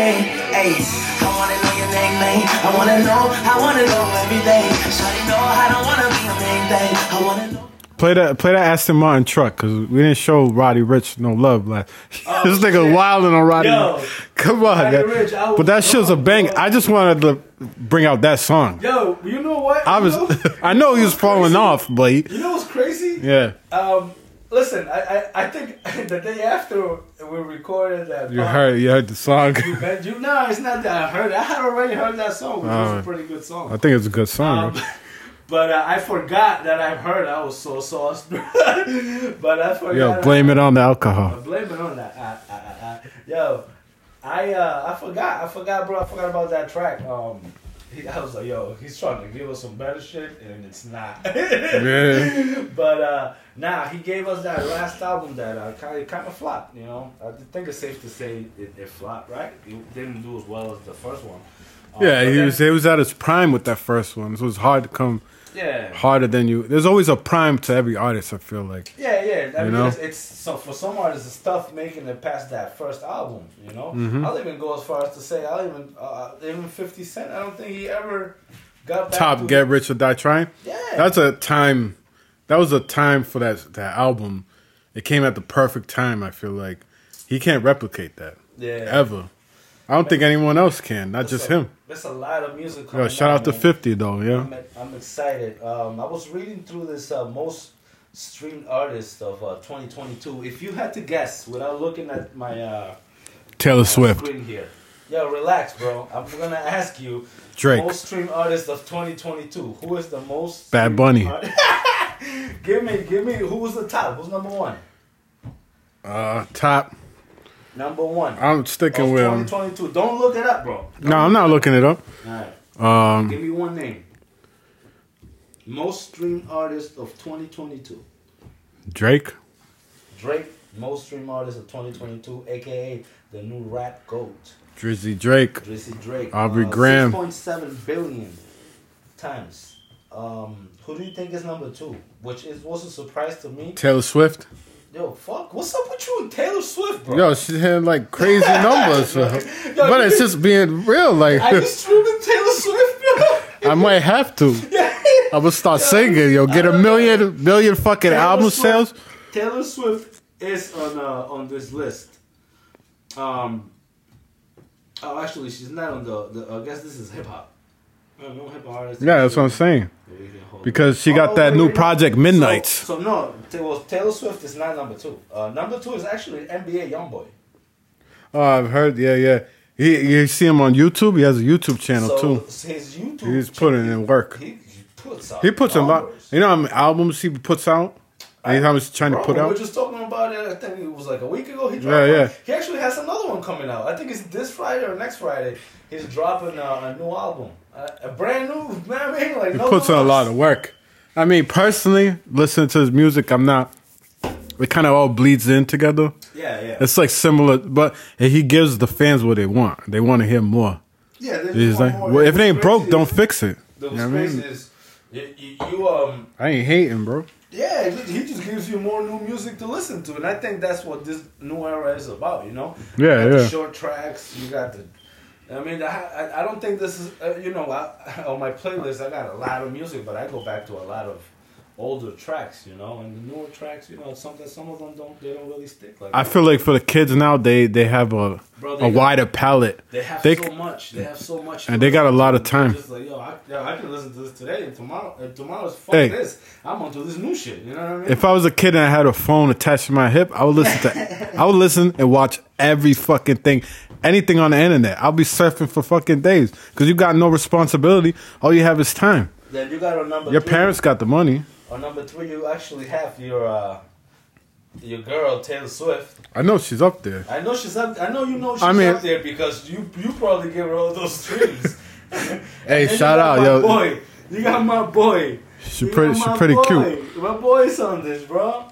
[SPEAKER 1] I wanna know your name, name. I wanna know, I wanna know everything. Shawty know I don't wanna be a main thing. I wanna know.
[SPEAKER 2] Play that play that Aston Martin truck because we didn't show Roddy Rich no love last.
[SPEAKER 3] Oh,
[SPEAKER 2] this nigga
[SPEAKER 3] shit.
[SPEAKER 2] wilding on Roddy.
[SPEAKER 3] Yo.
[SPEAKER 2] Ricch. Come on,
[SPEAKER 3] Roddy
[SPEAKER 2] man.
[SPEAKER 3] Ricch, I
[SPEAKER 2] but that
[SPEAKER 3] was
[SPEAKER 2] shit's a
[SPEAKER 3] wrong,
[SPEAKER 2] bang.
[SPEAKER 3] bro.
[SPEAKER 2] I just wanted to bring out that song.
[SPEAKER 3] yo, you know what?
[SPEAKER 2] I was,
[SPEAKER 3] You know,
[SPEAKER 2] I know he was falling off, but he-
[SPEAKER 3] you know what's crazy?
[SPEAKER 2] yeah,
[SPEAKER 3] Um, listen, I, I I think the day after we recorded that,
[SPEAKER 2] you heard you heard the song.
[SPEAKER 3] You bet you. No, it's not that I heard. it. I had already heard that song. It was
[SPEAKER 2] Alright.
[SPEAKER 3] a pretty good song.
[SPEAKER 2] Oh. I think it's a good song.
[SPEAKER 3] Um, but uh, I forgot that I heard. I was so sauced. but I forgot.
[SPEAKER 2] Yo, blame it on the alcohol.
[SPEAKER 3] Blame it on that. Uh, I, I, I, yo, I uh, I forgot. I forgot, bro. I forgot about that track. Um, he, I was like, yo, he's trying to give us some better shit, and it's not.
[SPEAKER 2] Yeah,
[SPEAKER 3] But uh, nah, he gave us that last album that uh, kind of kind of flopped. You know, I think it's safe to say it, it flopped, right? It didn't do as well as the first one. Um,
[SPEAKER 2] yeah.
[SPEAKER 3] but
[SPEAKER 2] He
[SPEAKER 3] then-
[SPEAKER 2] was he was at his prime with that first one. So it was hard to come
[SPEAKER 3] Yeah,
[SPEAKER 2] harder than you. There's always a prime to every artist. I feel like.
[SPEAKER 3] yeah, yeah. I
[SPEAKER 2] You
[SPEAKER 3] mean,
[SPEAKER 2] know?
[SPEAKER 3] it's, it's so for some artists, it's tough making it past that first album. You know,
[SPEAKER 2] Mm-hmm.
[SPEAKER 3] I'll even go as far as to say, I'll even uh, even Fifty Cent. I don't think he ever got back
[SPEAKER 2] top
[SPEAKER 3] to-
[SPEAKER 2] get rich or die trying.
[SPEAKER 3] Yeah.
[SPEAKER 2] that's a time. That was a time for that that album. It came at the perfect time. I feel like he can't replicate that
[SPEAKER 3] Yeah.
[SPEAKER 2] ever. I don't think anyone else can. Not just
[SPEAKER 3] So,
[SPEAKER 2] him.
[SPEAKER 3] There's a lot of music.
[SPEAKER 2] Yo,
[SPEAKER 3] coming
[SPEAKER 2] shout out to
[SPEAKER 3] man.
[SPEAKER 2] Fifty though.
[SPEAKER 3] I'm,
[SPEAKER 2] Yeah,
[SPEAKER 3] I'm excited. Um, I was reading through this uh, most streamed artist of uh, 2022. If you had to guess without looking at my uh,
[SPEAKER 2] Taylor Swift,
[SPEAKER 3] screen here, yo, relax, bro. I'm gonna ask you
[SPEAKER 2] Drake.
[SPEAKER 3] most streamed artist of 2022. Who is the most?
[SPEAKER 2] Bad
[SPEAKER 3] streamed
[SPEAKER 2] Bunny.
[SPEAKER 3] art- give me, give me. Who was the top? Who's number one?
[SPEAKER 2] uh, top.
[SPEAKER 3] Number one.
[SPEAKER 2] I'm
[SPEAKER 3] of
[SPEAKER 2] sticking with him.
[SPEAKER 3] 2022. Don't look it up, bro. All
[SPEAKER 2] No, I'm not looking it up.
[SPEAKER 3] right.
[SPEAKER 2] Um,
[SPEAKER 3] Give me one name. Most streamed artist of 2022.
[SPEAKER 2] Drake.
[SPEAKER 3] Drake, most stream artist of 2022, aka the new rap goat,
[SPEAKER 2] Drizzy Drake.
[SPEAKER 3] Drizzy Drake. Uh,
[SPEAKER 2] Aubrey Graham.
[SPEAKER 3] 6.7 billion times. Um, who do you think is number two? Which is was a surprise to me.
[SPEAKER 2] Taylor Swift.
[SPEAKER 3] Yo, fuck, what's up with you and Taylor Swift, bro?
[SPEAKER 2] Yo, she had like crazy numbers, for her. but it's just being real. Like
[SPEAKER 3] Are you streaming Taylor Swift, bro?
[SPEAKER 2] I might have to. I'm gonna start singing, yo. Get a million, million fucking
[SPEAKER 3] Taylor
[SPEAKER 2] album
[SPEAKER 3] Swift-
[SPEAKER 2] sales.
[SPEAKER 3] Taylor Swift is on uh, on this list. Um. Oh, actually, she's not on the. the I guess this is hip hop. No, no hip hop artist.
[SPEAKER 2] Yeah, that's what I'm saying.
[SPEAKER 3] Yeah, we can hold it.
[SPEAKER 2] Because she
[SPEAKER 3] Oh,
[SPEAKER 2] got that
[SPEAKER 3] wait,
[SPEAKER 2] new
[SPEAKER 3] wait.
[SPEAKER 2] project
[SPEAKER 3] So,
[SPEAKER 2] Midnights.
[SPEAKER 3] so no, t- well, Taylor Swift is not number two. Uh, number two is actually NBA YoungBoy.
[SPEAKER 2] Oh, I've heard. Yeah, yeah. He, you see him on YouTube. He has a YouTube channel
[SPEAKER 3] so
[SPEAKER 2] too.
[SPEAKER 3] his YouTube.
[SPEAKER 2] He's putting in work.
[SPEAKER 3] He, he puts out.
[SPEAKER 2] He puts him out.
[SPEAKER 3] numbers.
[SPEAKER 2] You know how many albums he puts out? Anytime he's trying to
[SPEAKER 3] Bro,
[SPEAKER 2] put
[SPEAKER 3] We
[SPEAKER 2] out.
[SPEAKER 3] were just talking about it. I think it was like a week ago. He dropped.
[SPEAKER 2] Yeah, yeah.
[SPEAKER 3] one. He actually has another one coming out. I think it's this Friday or next Friday. He's dropping uh, a new album, uh, a brand new. You know what I mean, like
[SPEAKER 2] He puts in a lot of work. I mean, personally, listening to his music, I'm not. It kind of all bleeds in together.
[SPEAKER 3] Yeah, yeah.
[SPEAKER 2] It's like similar, but he gives the fans what they want. They want to hear more.
[SPEAKER 3] yeah they just
[SPEAKER 2] He's
[SPEAKER 3] want
[SPEAKER 2] like,
[SPEAKER 3] more.
[SPEAKER 2] well, if it
[SPEAKER 3] What's
[SPEAKER 2] ain't broke,
[SPEAKER 3] crazy
[SPEAKER 2] don't
[SPEAKER 3] is-
[SPEAKER 2] fix it. You
[SPEAKER 3] The
[SPEAKER 2] know what I
[SPEAKER 3] space
[SPEAKER 2] mean?
[SPEAKER 3] is you, you, you um
[SPEAKER 2] I ain't hating, bro.
[SPEAKER 3] Yeah, it just- he just gives you more new music to listen to, and I think that's what this new era is about. You know,
[SPEAKER 2] Yeah,
[SPEAKER 3] you got the
[SPEAKER 2] yeah.
[SPEAKER 3] short tracks. You got the. I mean, I, I- I don't think this is uh, you know I, on my playlist. I got a lot of music, but I go back to a lot of older tracks, you know, and the newer tracks, you know, something some of them don't they don't really stick like
[SPEAKER 2] I
[SPEAKER 3] that.
[SPEAKER 2] feel like for the kids now, they they have a
[SPEAKER 3] Bro, they
[SPEAKER 2] a
[SPEAKER 3] got-
[SPEAKER 2] wider palette.
[SPEAKER 3] They have
[SPEAKER 2] They-
[SPEAKER 3] so much. They have so much,
[SPEAKER 2] and they got a lot of time.
[SPEAKER 3] Just like yo, I, yo, I can listen to this today and tomorrow. And tomorrow's fuck
[SPEAKER 2] Hey.
[SPEAKER 3] this. I'm onto this new shit. You know what I mean?
[SPEAKER 2] If I was a kid and I had a phone attached to my hip, I would listen to, I would listen and watch every fucking thing, anything on the internet. I'll be surfing for fucking days because you got no responsibility. All you have is time.
[SPEAKER 3] then you got on number
[SPEAKER 2] Your
[SPEAKER 3] three.
[SPEAKER 2] parents got the money.
[SPEAKER 3] On Oh, number three, you actually have your uh, your girl Taylor Swift.
[SPEAKER 2] I know she's up there.
[SPEAKER 3] I know she's up. I know you know she's
[SPEAKER 2] I mean-
[SPEAKER 3] up there because you you probably give her all those streams.
[SPEAKER 2] Hey,
[SPEAKER 3] And you
[SPEAKER 2] shout
[SPEAKER 3] got
[SPEAKER 2] out,
[SPEAKER 3] my
[SPEAKER 2] yo.
[SPEAKER 3] Boy, you got my boy.
[SPEAKER 2] She
[SPEAKER 3] You
[SPEAKER 2] pretty-
[SPEAKER 3] got
[SPEAKER 2] she
[SPEAKER 3] my
[SPEAKER 2] pretty
[SPEAKER 3] boy.
[SPEAKER 2] cute.
[SPEAKER 3] My boy's on this, bro.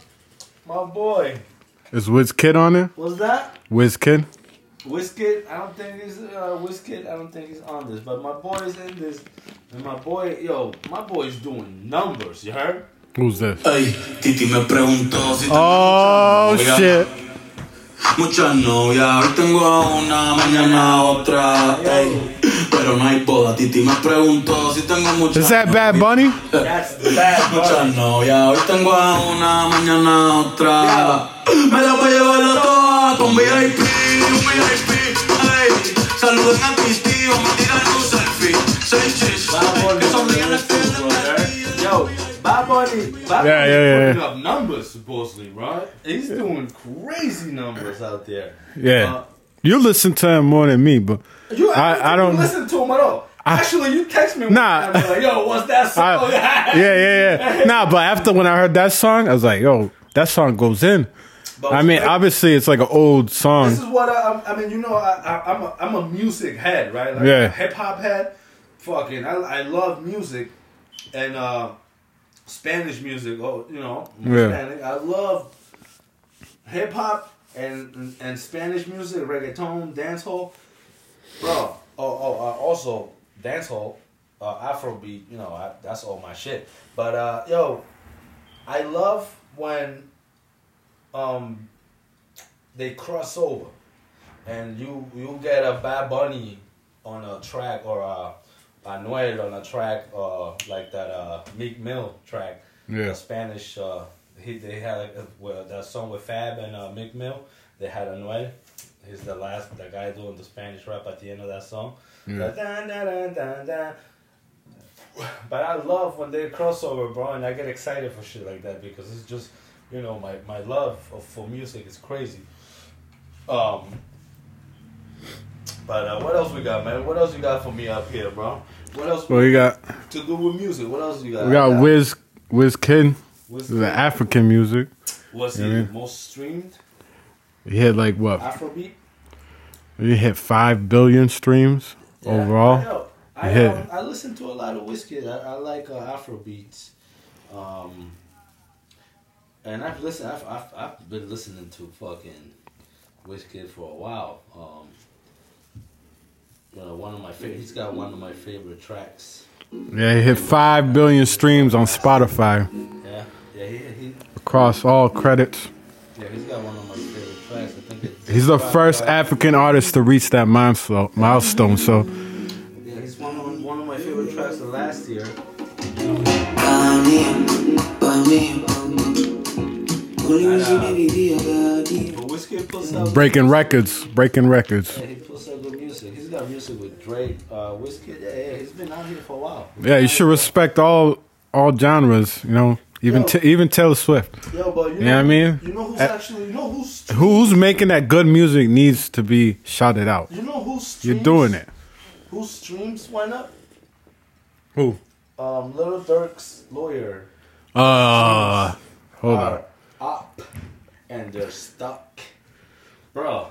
[SPEAKER 3] My boy.
[SPEAKER 2] Is Wiz Kid on there?
[SPEAKER 3] What's that?
[SPEAKER 2] Wiz Kid?
[SPEAKER 3] Wizkid, I don't think he's uh, Wizkid. I don't think he's on this, but my boy is in this, and my boy, yo, my boy's doing numbers. You heard?
[SPEAKER 2] Who's this?
[SPEAKER 5] Ay, Titi me preguntó si
[SPEAKER 2] Oh
[SPEAKER 5] tengo muchas
[SPEAKER 2] shit!
[SPEAKER 5] novias. Muchas novias, hoy tengo a una, mañana a otra. Ey, pero no hay boda. Titi me preguntó si tengo muchas.
[SPEAKER 2] Is that Bad
[SPEAKER 5] novias.
[SPEAKER 2] Bunny?
[SPEAKER 3] That's bad, bro.
[SPEAKER 5] Muchas novias, hoy tengo a una, mañana a otra. Me la voy a llevar a todas con VIP, un VIP. Ey, saluden a mis tíos, me tiran un selfie. Seis chis,
[SPEAKER 3] Bad Bunny,
[SPEAKER 5] que sonríen
[SPEAKER 3] bro,
[SPEAKER 5] al final
[SPEAKER 3] too, bro,
[SPEAKER 5] del
[SPEAKER 3] you heard? Yo, Bad Bunny, Bad
[SPEAKER 2] Yeah,
[SPEAKER 3] Bunny's
[SPEAKER 2] yeah, yeah,
[SPEAKER 3] putting up numbers supposedly, right? He's doing crazy numbers out there.
[SPEAKER 2] Yeah.
[SPEAKER 3] Uh,
[SPEAKER 2] You listen to him more than me, but
[SPEAKER 3] You,
[SPEAKER 2] I-
[SPEAKER 3] I,
[SPEAKER 2] I
[SPEAKER 3] don't
[SPEAKER 2] don't-
[SPEAKER 3] think you listen to him at all. Actually, you text me. one
[SPEAKER 2] Nah.
[SPEAKER 3] time, you're like, yo, what's that song?
[SPEAKER 2] I, yeah, yeah, yeah. Nah, but after when I heard that song, I was like, yo, that song goes in.
[SPEAKER 3] But
[SPEAKER 2] I mean, obviously, it's like an old
[SPEAKER 3] this is
[SPEAKER 2] song.
[SPEAKER 3] what I, I, I mean. You know, I, I, I'm a, I'm a music head, right? Like
[SPEAKER 2] Yeah.
[SPEAKER 3] Hip hop head. Fucking, I, I love music, and uh, Spanish music. Oh, you know,
[SPEAKER 2] Yeah.
[SPEAKER 3] Spanish. I love hip hop and, and and Spanish music, reggaeton, dancehall, bro. Oh, oh, uh, also dancehall, uh, Afrobeat. You know, I, that's all my shit. But uh, yo, I love when um they cross over, and you you get a Bad Bunny on a track or a Anuel on a track or like that uh, Meek Mill track.
[SPEAKER 2] Yeah.
[SPEAKER 3] The Spanish. Uh, he they had like, uh, well, that song with Fab and uh, Meek Mill. They had Anuel. He's the last the guy doing the Spanish rap at the end of that song. Da- da- da- da- da- da. But I love when they crossover, bro, and I get excited for shit like that because it's just, you know, my, my love of, for music is crazy. Um, but uh, what else we got, man? What else you got for me up here, bro? What else
[SPEAKER 2] Well, we got
[SPEAKER 3] to do with music? What else you got?
[SPEAKER 2] we got
[SPEAKER 3] Uh,
[SPEAKER 2] Wiz Wiz Kid.
[SPEAKER 3] What's,
[SPEAKER 2] This is African music.
[SPEAKER 3] what's
[SPEAKER 2] Yeah,
[SPEAKER 3] the
[SPEAKER 2] man.
[SPEAKER 3] most streamed
[SPEAKER 2] He hit like what?
[SPEAKER 3] Afrobeat?
[SPEAKER 2] He hit five billion streams
[SPEAKER 3] Yeah, I,
[SPEAKER 2] overall.
[SPEAKER 3] know. I,
[SPEAKER 2] Yeah.
[SPEAKER 3] um, I listen to a lot of whiskey. I, I like uh, Afro beats, um, and I've listened. I've, I've, I've been listening to fucking whiskey for a while. Um, you know, one of my favorite. He's got one of my favorite tracks.
[SPEAKER 2] Yeah, he hit five billion streams on Spotify
[SPEAKER 3] Yeah, yeah, he, he
[SPEAKER 2] across all credits.
[SPEAKER 3] yeah, he's got one of my favorite tracks. I think it's
[SPEAKER 2] He's the first African artist to reach that milestone. Milestone. So
[SPEAKER 3] Yeah, he's one of one of my favorite tracks of last year.
[SPEAKER 6] Pa' mí, pa' mí, pa' mí. Conmigo sí me vivía cada día.
[SPEAKER 3] But whiskey puts out
[SPEAKER 2] breaking records, breaking records.
[SPEAKER 3] Yeah, he puts out good music. He's got music with Drake, uh, Whiskey. Yeah, yeah, he's been out here for a while.
[SPEAKER 2] Yeah, you should respect all all genres. You know, even
[SPEAKER 3] Yo.
[SPEAKER 2] t- even Taylor Swift.
[SPEAKER 3] Yo, but you know,
[SPEAKER 2] You know what I mean?
[SPEAKER 3] You know who's
[SPEAKER 2] Uh,
[SPEAKER 3] actually, you know who's,
[SPEAKER 2] Who's making that good music needs to be shouted out.
[SPEAKER 3] you know who's.
[SPEAKER 2] You're doing it.
[SPEAKER 3] Whose streams went up?
[SPEAKER 2] Who?
[SPEAKER 3] Um, Little Dirk's lawyer
[SPEAKER 2] Uh, hold on.
[SPEAKER 3] are up, and they're stuck, bro.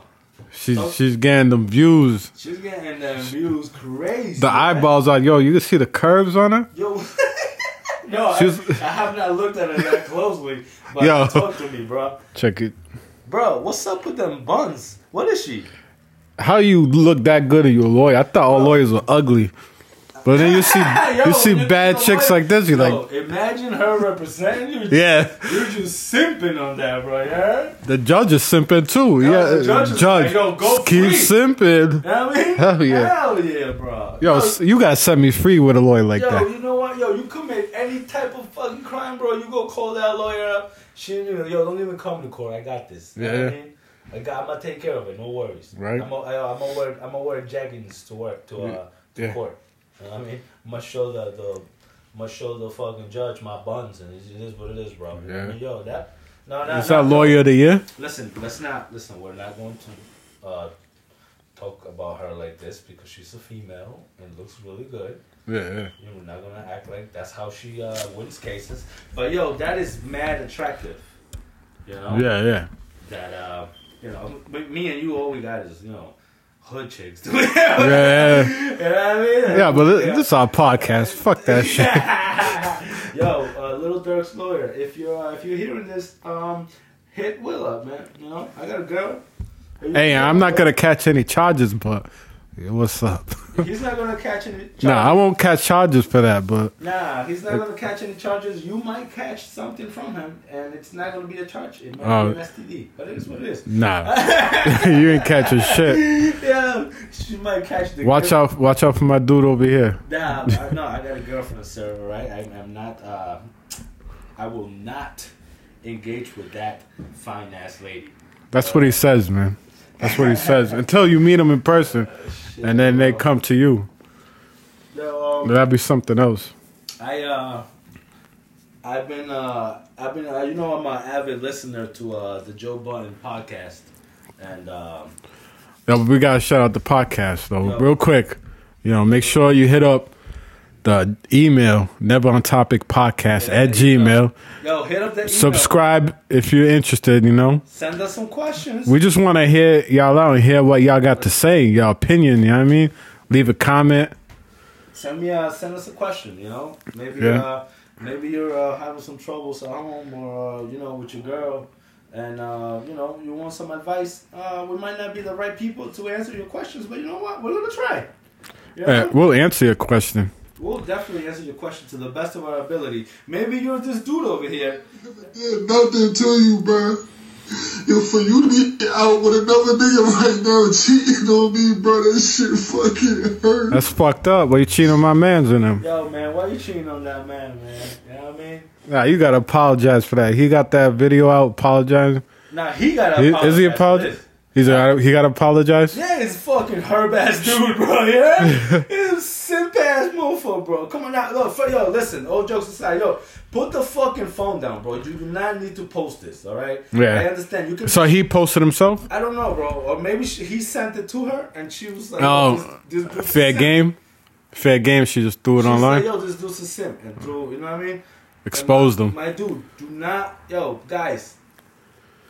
[SPEAKER 2] She's she's getting them views.
[SPEAKER 3] Oh. She's getting them views crazy.
[SPEAKER 2] The
[SPEAKER 3] man.
[SPEAKER 2] eyeballs out. Yo, you can see the curves on her.
[SPEAKER 3] Yo. No, I,
[SPEAKER 2] She's-
[SPEAKER 3] I have not looked at her that closely, but
[SPEAKER 2] Yo.
[SPEAKER 3] talk to me, bro.
[SPEAKER 2] Check it.
[SPEAKER 3] Bro, what's up with them buns? What is she?
[SPEAKER 2] How you look that good at your lawyer? I thought all lawyers were ugly, but then you see
[SPEAKER 3] Yo,
[SPEAKER 2] you see
[SPEAKER 3] if
[SPEAKER 2] bad
[SPEAKER 3] the
[SPEAKER 2] chicks
[SPEAKER 3] lawyer-
[SPEAKER 2] like this. You're
[SPEAKER 3] Yo,
[SPEAKER 2] like,
[SPEAKER 3] imagine her representing you.
[SPEAKER 2] yeah.
[SPEAKER 3] You're just simping on that, bro. You heard?
[SPEAKER 2] The judge is simping too.
[SPEAKER 3] the
[SPEAKER 2] Yeah,
[SPEAKER 3] judge is
[SPEAKER 2] judge,
[SPEAKER 3] like, yo, go
[SPEAKER 2] keep
[SPEAKER 3] free.
[SPEAKER 2] simping.
[SPEAKER 3] You know what I mean?
[SPEAKER 2] Hell yeah.
[SPEAKER 3] Hell yeah, bro.
[SPEAKER 2] Yo,
[SPEAKER 3] yo,
[SPEAKER 2] s- you gotta set me free with a lawyer like
[SPEAKER 3] yo,
[SPEAKER 2] that.
[SPEAKER 3] you know what? Yo, you commit any type of fucking crime, bro, you go call that lawyer up. She didn't even, yo, don't even come to court. I got this. You know what I
[SPEAKER 2] Yeah.
[SPEAKER 3] mean? I got, I'm gonna take care of it. No worries.
[SPEAKER 2] Right.
[SPEAKER 3] I'm gonna I'm gonna wear I'm gonna wear jeggings to work to uh to
[SPEAKER 2] Yeah.
[SPEAKER 3] court. You know what I mean? I'm gonna show the the I'm gonna show the fucking judge my buns and it is what it is, bro. You know what I
[SPEAKER 2] Yeah.
[SPEAKER 3] mean? Yo, that. No, no,
[SPEAKER 2] Is
[SPEAKER 3] no,
[SPEAKER 2] that lawyer of the year?
[SPEAKER 3] Listen, let's not listen. We're not going to uh, talk about her like this because she's a female and looks really good.
[SPEAKER 2] Yeah, yeah.
[SPEAKER 3] You know, we're not gonna act like that's how she uh, wins cases. But yo, that is mad attractive. You know
[SPEAKER 2] Yeah, yeah.
[SPEAKER 3] that uh, you know. But me and you, all we got is you know hood chicks. you
[SPEAKER 2] Yeah,
[SPEAKER 3] know
[SPEAKER 2] yeah, yeah.
[SPEAKER 3] what I mean?
[SPEAKER 2] Yeah, but thi- this is our podcast. Fuck that shit.
[SPEAKER 3] Yo, uh, Little Dirk's lawyer, if you're uh, if you're hearing this, um, hit Will up, man. You know, I got a girl.
[SPEAKER 2] Hey, I'm not gonna catch any charges, but yeah, what's up?
[SPEAKER 3] He's not gonna catch any. Charges.
[SPEAKER 2] nah, I won't catch charges for that, but
[SPEAKER 3] Nah, he's not gonna catch any charges. You might catch something from him, and it's not gonna be a charge. It might
[SPEAKER 2] Oh.
[SPEAKER 3] be an STD, but it is what it is.
[SPEAKER 2] nah, you ain't catching shit.
[SPEAKER 3] yeah, she might catch the.
[SPEAKER 2] Watch
[SPEAKER 3] girl-
[SPEAKER 2] out! Watch out for my dude over here.
[SPEAKER 3] Nah, I, no, I got a girlfriend, sir. all Right, I, I'm not. Uh, I will not engage with that fine ass lady.
[SPEAKER 2] That's what he says, man. That's what he says. Until you meet him in person, and then they come to you.
[SPEAKER 3] No, um,
[SPEAKER 2] That'd be something else.
[SPEAKER 3] I uh, I've been uh, I've been uh, you know I'm an avid listener to uh the Joe Budden podcast, and um,
[SPEAKER 2] No, but we gotta shout out the podcast though,
[SPEAKER 3] Yeah.
[SPEAKER 2] real quick. You know, make sure you hit up the email never on topic podcast at gmail.
[SPEAKER 3] yo, hit up that email.
[SPEAKER 2] Subscribe if you're interested. You know,
[SPEAKER 3] Send us some questions.
[SPEAKER 2] we just want to hear y'all out and hear what y'all got to say, y'all opinion. You know what I mean? Leave a comment.
[SPEAKER 3] send me uh, send us a question. You know, maybe
[SPEAKER 2] Yeah.
[SPEAKER 3] uh, maybe you're uh, having some troubles at home or uh, you know with your girl, and uh, you know you want some advice. Uh, we might not be the right people to answer your questions, but you know what? We're gonna try. You
[SPEAKER 2] Eh,
[SPEAKER 3] know?
[SPEAKER 2] we'll answer your question.
[SPEAKER 3] We'll definitely answer your question to the best of our ability. Maybe you're this dude over here.
[SPEAKER 7] did nothing to you, bro. Yo, for you to be out with another nigga right now cheating on me, bro, that shit fucking hurt.
[SPEAKER 2] That's fucked up. Why you cheating on my man's in him?
[SPEAKER 3] Yo, man, why you cheating on that man, man? You know what I mean?
[SPEAKER 2] Nah, you gotta apologize for that. He got that video out apologizing.
[SPEAKER 3] Now he got to
[SPEAKER 2] Is, is he apologize? He's a, he gotta apologize.
[SPEAKER 3] Yeah, it's fucking herb ass dude, bro. Yeah, it's simp ass mofo, bro. Come on now, look, for, yo, listen. All jokes aside, yo, put the fucking phone down, bro. You do not need to post this, all right?
[SPEAKER 2] Yeah.
[SPEAKER 3] I understand. You can.
[SPEAKER 2] So he posted himself.
[SPEAKER 3] I don't know, bro. Or maybe she, he sent it to her, and she was like,
[SPEAKER 2] Oh,
[SPEAKER 3] this- this dude's a
[SPEAKER 2] Fair
[SPEAKER 3] simp.
[SPEAKER 2] game. Fair game. She just threw it
[SPEAKER 3] She was
[SPEAKER 2] online.
[SPEAKER 3] Like, yo, this dude's a simp, and threw. You know what I mean?
[SPEAKER 2] Exposed
[SPEAKER 3] And
[SPEAKER 2] them.
[SPEAKER 3] My dude, do not, yo, guys,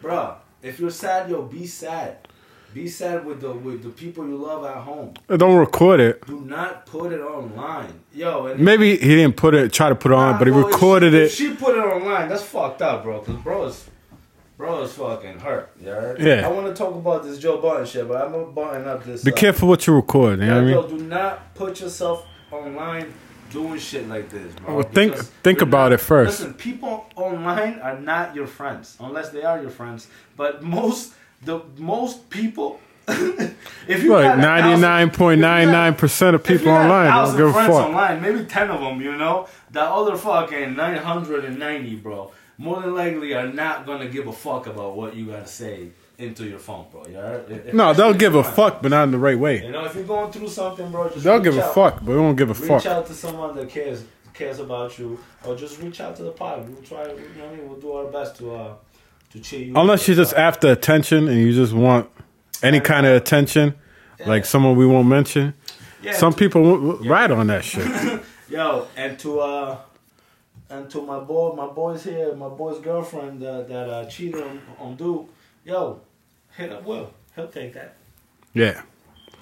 [SPEAKER 3] bro. If you're sad, yo, be sad. Be sad with the with the people you love at home.
[SPEAKER 2] Don't record it.
[SPEAKER 3] Do not put it online, yo. And
[SPEAKER 2] Maybe he didn't put it. Try to put it on, but he
[SPEAKER 3] Nah, bro, if
[SPEAKER 2] recorded
[SPEAKER 3] she,
[SPEAKER 2] it.
[SPEAKER 3] If she put it online. That's fucked up, bro. Cause bro is, bro is fucking hurt. You heard?
[SPEAKER 2] Yeah.
[SPEAKER 3] I want to talk about this Joe Button shit, but I'm gonna button up this.
[SPEAKER 2] Be
[SPEAKER 3] uh,
[SPEAKER 2] careful what you record. You know what I
[SPEAKER 3] yo,
[SPEAKER 2] mean?
[SPEAKER 3] do not put yourself online doing shit like this, bro.
[SPEAKER 2] Well, think-
[SPEAKER 3] because
[SPEAKER 2] think
[SPEAKER 3] you're
[SPEAKER 2] about
[SPEAKER 3] not-
[SPEAKER 2] it first.
[SPEAKER 3] Listen, people online are not your friends unless they are your friends. But most the most people, if you
[SPEAKER 2] Like
[SPEAKER 3] got a thousand-
[SPEAKER 2] ninety nine point nine nine percent of
[SPEAKER 3] if you
[SPEAKER 2] people
[SPEAKER 3] got a
[SPEAKER 2] online don't
[SPEAKER 3] thousand
[SPEAKER 2] give a
[SPEAKER 3] friends
[SPEAKER 2] fuck.
[SPEAKER 3] online, maybe ten of them, you know, the other fucking nine hundred and ninety, bro, more than likely are not gonna give a fuck about what you gotta say into your phone, bro. You heard?
[SPEAKER 2] No, they'll
[SPEAKER 3] Especially
[SPEAKER 2] give a
[SPEAKER 3] online.
[SPEAKER 2] fuck, but not in the right way.
[SPEAKER 3] You know, if you're going through something, bro, just
[SPEAKER 2] They'll
[SPEAKER 3] reach
[SPEAKER 2] give a
[SPEAKER 3] out.
[SPEAKER 2] fuck, but we won't give a
[SPEAKER 3] Reach
[SPEAKER 2] fuck.
[SPEAKER 3] out to someone that cares cares about you, or just reach out to the pod. We'll try. You know, what I mean? we'll do our best to uh to cheer you.
[SPEAKER 2] Unless
[SPEAKER 3] you
[SPEAKER 2] you're just after attention and you just want any kind of attention, like someone we won't mention.
[SPEAKER 3] yeah,
[SPEAKER 2] Some
[SPEAKER 3] to-
[SPEAKER 2] people w- w- ride on that shit.
[SPEAKER 3] Yo, and to uh, and to my boy, my boys here, my boy's girlfriend uh, that uh, cheated on, on Duke. Yo, hit up Will. He'll take that.
[SPEAKER 2] Yeah,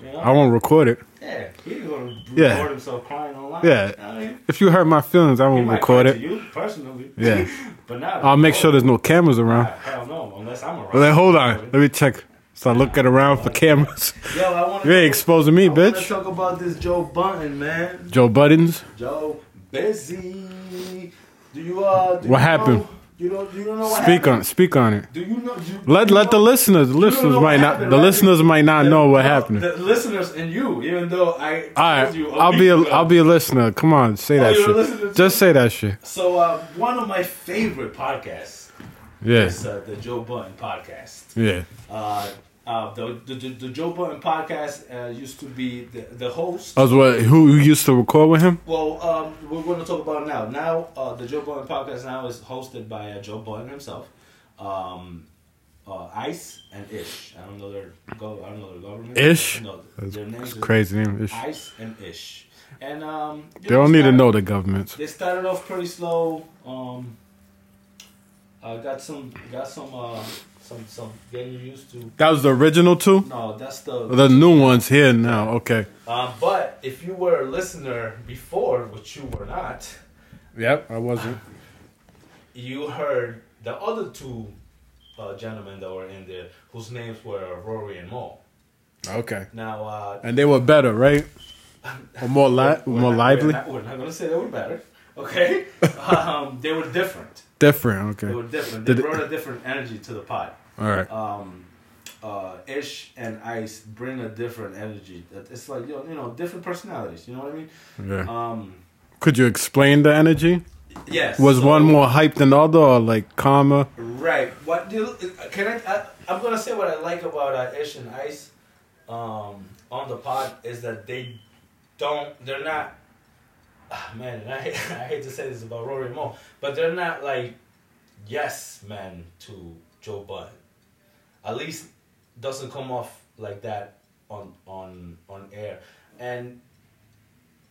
[SPEAKER 3] You
[SPEAKER 2] I
[SPEAKER 3] know?
[SPEAKER 2] won't record it.
[SPEAKER 3] Yeah, he ain't gonna record
[SPEAKER 2] Yeah.
[SPEAKER 3] himself crying online.
[SPEAKER 2] Yeah.
[SPEAKER 3] I mean,
[SPEAKER 2] If you hurt my feelings, I
[SPEAKER 3] he
[SPEAKER 2] won't
[SPEAKER 3] might
[SPEAKER 2] record
[SPEAKER 3] cry to
[SPEAKER 2] it.
[SPEAKER 3] you personally.
[SPEAKER 2] Yeah.
[SPEAKER 3] but not.
[SPEAKER 2] I'll make sure there's no cameras around.
[SPEAKER 3] Hell no, unless I'm around.
[SPEAKER 2] Well, then hold on. Let me check. So I looking around for cameras.
[SPEAKER 3] Yo, I want
[SPEAKER 2] You ain't exposing me,
[SPEAKER 3] Let's
[SPEAKER 2] bitch.
[SPEAKER 3] talk about this Joe Bunton, man.
[SPEAKER 2] Joe Buttons.
[SPEAKER 3] Joe Busy. Do you uh? Do
[SPEAKER 2] What
[SPEAKER 3] you
[SPEAKER 2] happened?
[SPEAKER 3] know- You don't. You don't know what
[SPEAKER 2] Speak
[SPEAKER 3] happened.
[SPEAKER 2] on speak on it.
[SPEAKER 3] Do you know? do-
[SPEAKER 2] Let
[SPEAKER 3] do you
[SPEAKER 2] let the
[SPEAKER 3] know-
[SPEAKER 2] listeners the
[SPEAKER 3] you don't
[SPEAKER 2] listeners
[SPEAKER 3] know
[SPEAKER 2] might
[SPEAKER 3] what
[SPEAKER 2] not
[SPEAKER 3] happened,
[SPEAKER 2] the
[SPEAKER 3] right?
[SPEAKER 2] listeners might not know what
[SPEAKER 3] No,
[SPEAKER 2] happened.
[SPEAKER 3] The listeners and you, even though I.
[SPEAKER 2] All right,
[SPEAKER 3] told you a
[SPEAKER 2] I'll
[SPEAKER 3] week
[SPEAKER 2] be a,
[SPEAKER 3] ago.
[SPEAKER 2] I'll be a listener. Come on, say that
[SPEAKER 3] you're a listener
[SPEAKER 2] shit.
[SPEAKER 3] too?
[SPEAKER 2] Just say that shit.
[SPEAKER 3] So uh, one of my favorite podcasts
[SPEAKER 2] Yeah,
[SPEAKER 3] is uh, the Joe Button podcast.
[SPEAKER 2] yeah.
[SPEAKER 3] Uh, uh, the, the, the the Joe Button podcast uh, used to be the, the host.
[SPEAKER 2] I was what? Who who used to record with him?
[SPEAKER 3] Well, um, we're going to talk about it now. Now, uh, the Joe Button podcast now is hosted by uh, Joe Button himself, um, uh, Ice and Ish. I don't know their go. I don't know their government.
[SPEAKER 2] Ish?
[SPEAKER 3] No,
[SPEAKER 2] That's,
[SPEAKER 3] their names
[SPEAKER 2] that's
[SPEAKER 3] is
[SPEAKER 2] crazy name. Ish.
[SPEAKER 3] Ice and Ish, and um,
[SPEAKER 2] They don't need to
[SPEAKER 3] started-
[SPEAKER 2] know the government.
[SPEAKER 3] They started off pretty slow. Um, uh, got some, got some, uh, some, some getting used to.
[SPEAKER 2] That was the original two.
[SPEAKER 3] No, that's the
[SPEAKER 2] The new ones here now. Okay.
[SPEAKER 3] Um, but if you were a listener before, which you were not,
[SPEAKER 2] Yep, I wasn't.
[SPEAKER 3] you heard the other two uh, gentlemen that were in there, whose names were Rory and Mo.
[SPEAKER 2] Okay.
[SPEAKER 3] Now, uh,
[SPEAKER 2] And they were better, right? Or more
[SPEAKER 3] we're
[SPEAKER 2] li- more
[SPEAKER 3] not- We're
[SPEAKER 2] lively,
[SPEAKER 3] not, we're not gonna say they were better, okay? um, they were different.
[SPEAKER 2] different.
[SPEAKER 3] They were
[SPEAKER 2] Okay.
[SPEAKER 3] different. They
[SPEAKER 2] Did it-
[SPEAKER 3] brought a different energy to the pot.
[SPEAKER 2] All right.
[SPEAKER 3] um, uh, Ish and Ice bring a different energy. That- It's like you know, you know, different personalities. You know what I mean?
[SPEAKER 2] Yeah.
[SPEAKER 3] Um,
[SPEAKER 2] Could you explain the energy?
[SPEAKER 3] yes.
[SPEAKER 2] Was
[SPEAKER 3] so-
[SPEAKER 2] one more hype than the other, or like calmer?
[SPEAKER 3] right? What do can I, I? I'm gonna say what I like about uh, Ish and Ice um, on the pod is that they don't. They're not. ah, Man, and I, I hate to say this about Rory and Mo, but they're not like yes men to Joe Budden. At least doesn't come off like that on on on air, and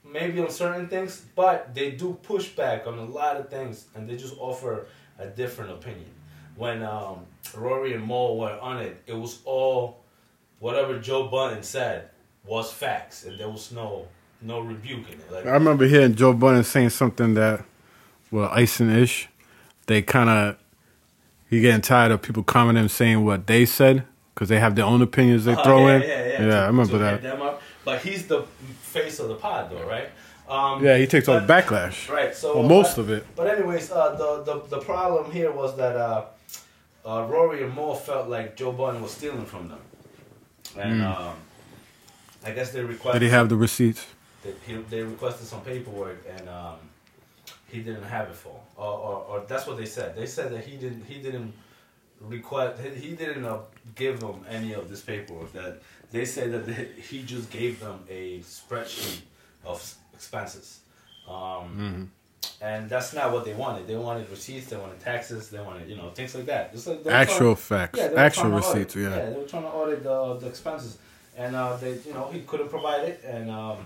[SPEAKER 3] maybe on certain things, but they do push back on a lot of things, and they just offer a different opinion. When um, Rory and Mo were on it, it was all whatever Joe Budden said was facts, and there was no no rebuking it. Like,
[SPEAKER 2] I remember hearing Joe Budden saying something that, well, icing ish. They kind of, he getting tired of people commenting and saying what they said because they have their own opinions they
[SPEAKER 3] Oh,
[SPEAKER 2] throw
[SPEAKER 3] yeah,
[SPEAKER 2] in.
[SPEAKER 3] Yeah, yeah,
[SPEAKER 2] I
[SPEAKER 3] to-
[SPEAKER 2] remember
[SPEAKER 3] to
[SPEAKER 2] that.
[SPEAKER 3] hit them up. But he's the face of the pod, though, right? Um,
[SPEAKER 2] Yeah, he takes all
[SPEAKER 3] but-
[SPEAKER 2] the backlash.
[SPEAKER 3] Right. So
[SPEAKER 2] Well, most
[SPEAKER 3] uh,
[SPEAKER 2] of it.
[SPEAKER 3] But anyways, uh, the, the the problem here was that uh, uh, Rory and Moore felt like Joe Budden was stealing from them, and um, I guess they requested
[SPEAKER 2] Hmm. Did he have the receipts?
[SPEAKER 3] they, he, they requested some paperwork and um, he didn't have it for, or, or, or that's what they said. They said that he didn't he didn't request he, he didn't uh, give them any of this paperwork. That they said that they, he just gave them a spreadsheet of s- expenses, um, and that's not what they wanted. They wanted receipts. They wanted taxes. They wanted you know things like that. Just like they were
[SPEAKER 2] Actual
[SPEAKER 3] trying-
[SPEAKER 2] facts.
[SPEAKER 3] yeah, they were
[SPEAKER 2] Actual
[SPEAKER 3] trying to audit-
[SPEAKER 2] receipts, yeah.
[SPEAKER 3] yeah, they were trying to audit the, the expenses, and uh, they, you know, he couldn't provide it, and um,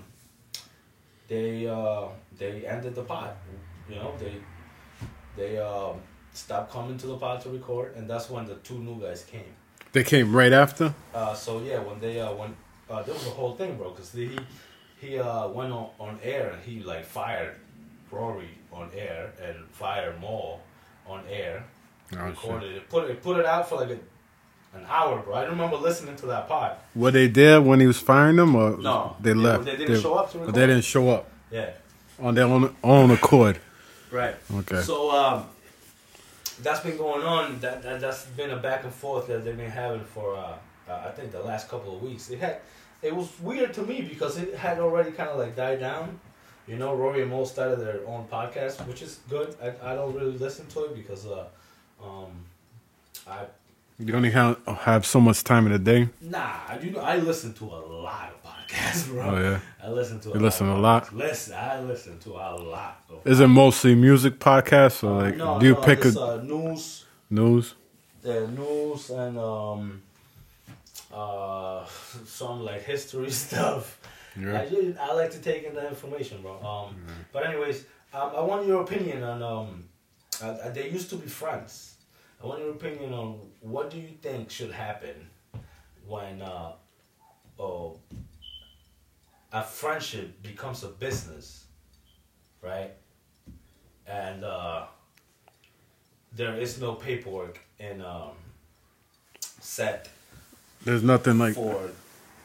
[SPEAKER 3] they uh, they ended the pod. You know, they they um, stopped coming to the pod to record, and that's when the two new guys came.
[SPEAKER 2] They came right after?
[SPEAKER 3] Uh, so yeah, when they uh, when uh, there was a whole thing, bro, because he he uh, went on, on air and he like fired Rory on air and fired Maul on air.
[SPEAKER 2] Oh, shit.
[SPEAKER 3] recorded it, put it put it out for like a, an hour, bro. I remember listening to that pod.
[SPEAKER 2] Were they there when he was firing them, or
[SPEAKER 3] No,
[SPEAKER 2] they
[SPEAKER 3] they-
[SPEAKER 2] left?
[SPEAKER 3] they didn't show up to
[SPEAKER 2] but
[SPEAKER 3] record.
[SPEAKER 2] They didn't show up
[SPEAKER 3] Yeah.
[SPEAKER 2] on their own, own accord.
[SPEAKER 3] Right.
[SPEAKER 2] Okay.
[SPEAKER 3] So um, that's been going on. That, that that's been a back and forth that they've been having for uh, uh, I think the last couple of weeks. It had it was weird to me because it had already kind of like died down. You know, Rory and Mo started their own podcast, which is good. I, I don't really listen to it because uh, um, I
[SPEAKER 2] You only have, have so much time in the day.
[SPEAKER 3] Nah, you know I listen to a lot of podcasts, bro.
[SPEAKER 2] Oh, yeah?
[SPEAKER 3] I listen to.
[SPEAKER 2] You listen
[SPEAKER 3] of
[SPEAKER 2] a lot?
[SPEAKER 3] podcasts. Listen, I listen to a lot. Of
[SPEAKER 2] Is it mostly music podcasts, or like,
[SPEAKER 3] no,
[SPEAKER 2] do you
[SPEAKER 3] no,
[SPEAKER 2] pick
[SPEAKER 3] it's,
[SPEAKER 2] a
[SPEAKER 3] uh, news,
[SPEAKER 2] news?
[SPEAKER 3] the news, and um, uh, some like history stuff.
[SPEAKER 2] Yeah.
[SPEAKER 3] I, just- I like to take in the information, bro. Um, but anyways, um, I want your opinion on um, uh, uh, they used to be friends. I want your opinion on what do you think should happen when uh, oh, a friendship becomes a business, right? And uh, there is no paperwork in um, set
[SPEAKER 2] There's nothing like
[SPEAKER 3] for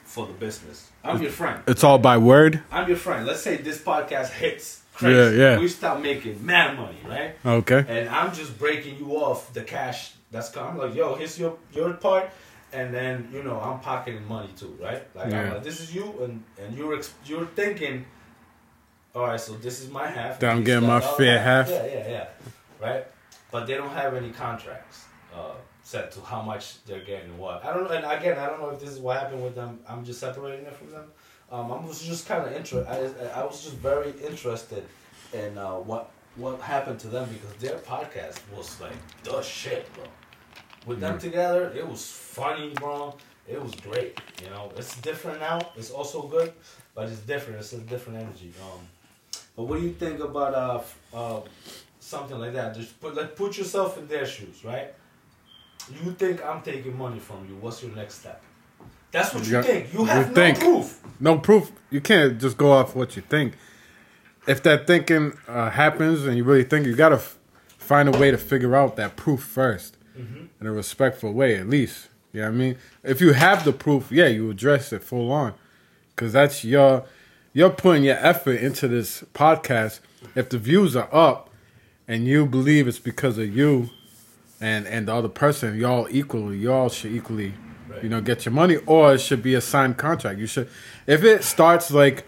[SPEAKER 3] for the business. I'm your friend.
[SPEAKER 2] It's all by word.
[SPEAKER 3] I'm your friend. Let's say this podcast hits. Crazy.
[SPEAKER 2] Yeah, yeah.
[SPEAKER 3] We start making mad money, right?
[SPEAKER 2] Okay.
[SPEAKER 3] And I'm just breaking you off the cash that's coming. I'm like, yo, here's your your part, and then you know I'm pocketing money too, right? Like, I'm
[SPEAKER 2] Yeah.
[SPEAKER 3] like this is you, and and you're ex- you're thinking, all right, so this is my half.
[SPEAKER 2] That I'm
[SPEAKER 3] He's
[SPEAKER 2] getting my
[SPEAKER 3] like, "Oh,
[SPEAKER 2] fair
[SPEAKER 3] yeah,
[SPEAKER 2] half."
[SPEAKER 3] Yeah, yeah, yeah, right. But they don't have any contracts uh, set to how much they're getting and what. I don't know. And again, I don't know if this is what happened with them. I'm just separating it from them. Um, I was just kind of interested. I, I was just very interested in uh, what what happened to them because their podcast was like the shit, bro. With them together, it was funny, bro. It was great. You know, it's different now. It's also good, but it's different. It's a different energy. Um, but what do you think about uh, f- uh something like that? Just put like put yourself in their shoes, right? You think I'm taking money from you? What's your next step? That's what you
[SPEAKER 2] Yeah,
[SPEAKER 3] think. You
[SPEAKER 2] you
[SPEAKER 3] have no
[SPEAKER 2] think.
[SPEAKER 3] proof.
[SPEAKER 2] No proof. You can't just go off what you think. If that thinking uh, happens and you really think, you gotta f- find a way to figure out that proof 1st
[SPEAKER 3] Mm-hmm.
[SPEAKER 2] in a respectful way, at least. You know what I mean? If you have the proof, yeah, you address it full on, because that's your you're putting your effort into this podcast. If the views are up and you believe it's because of you and and the other person, y'all equally, y'all should equally, you know, get your money, or it should be a signed contract. You should, if it starts like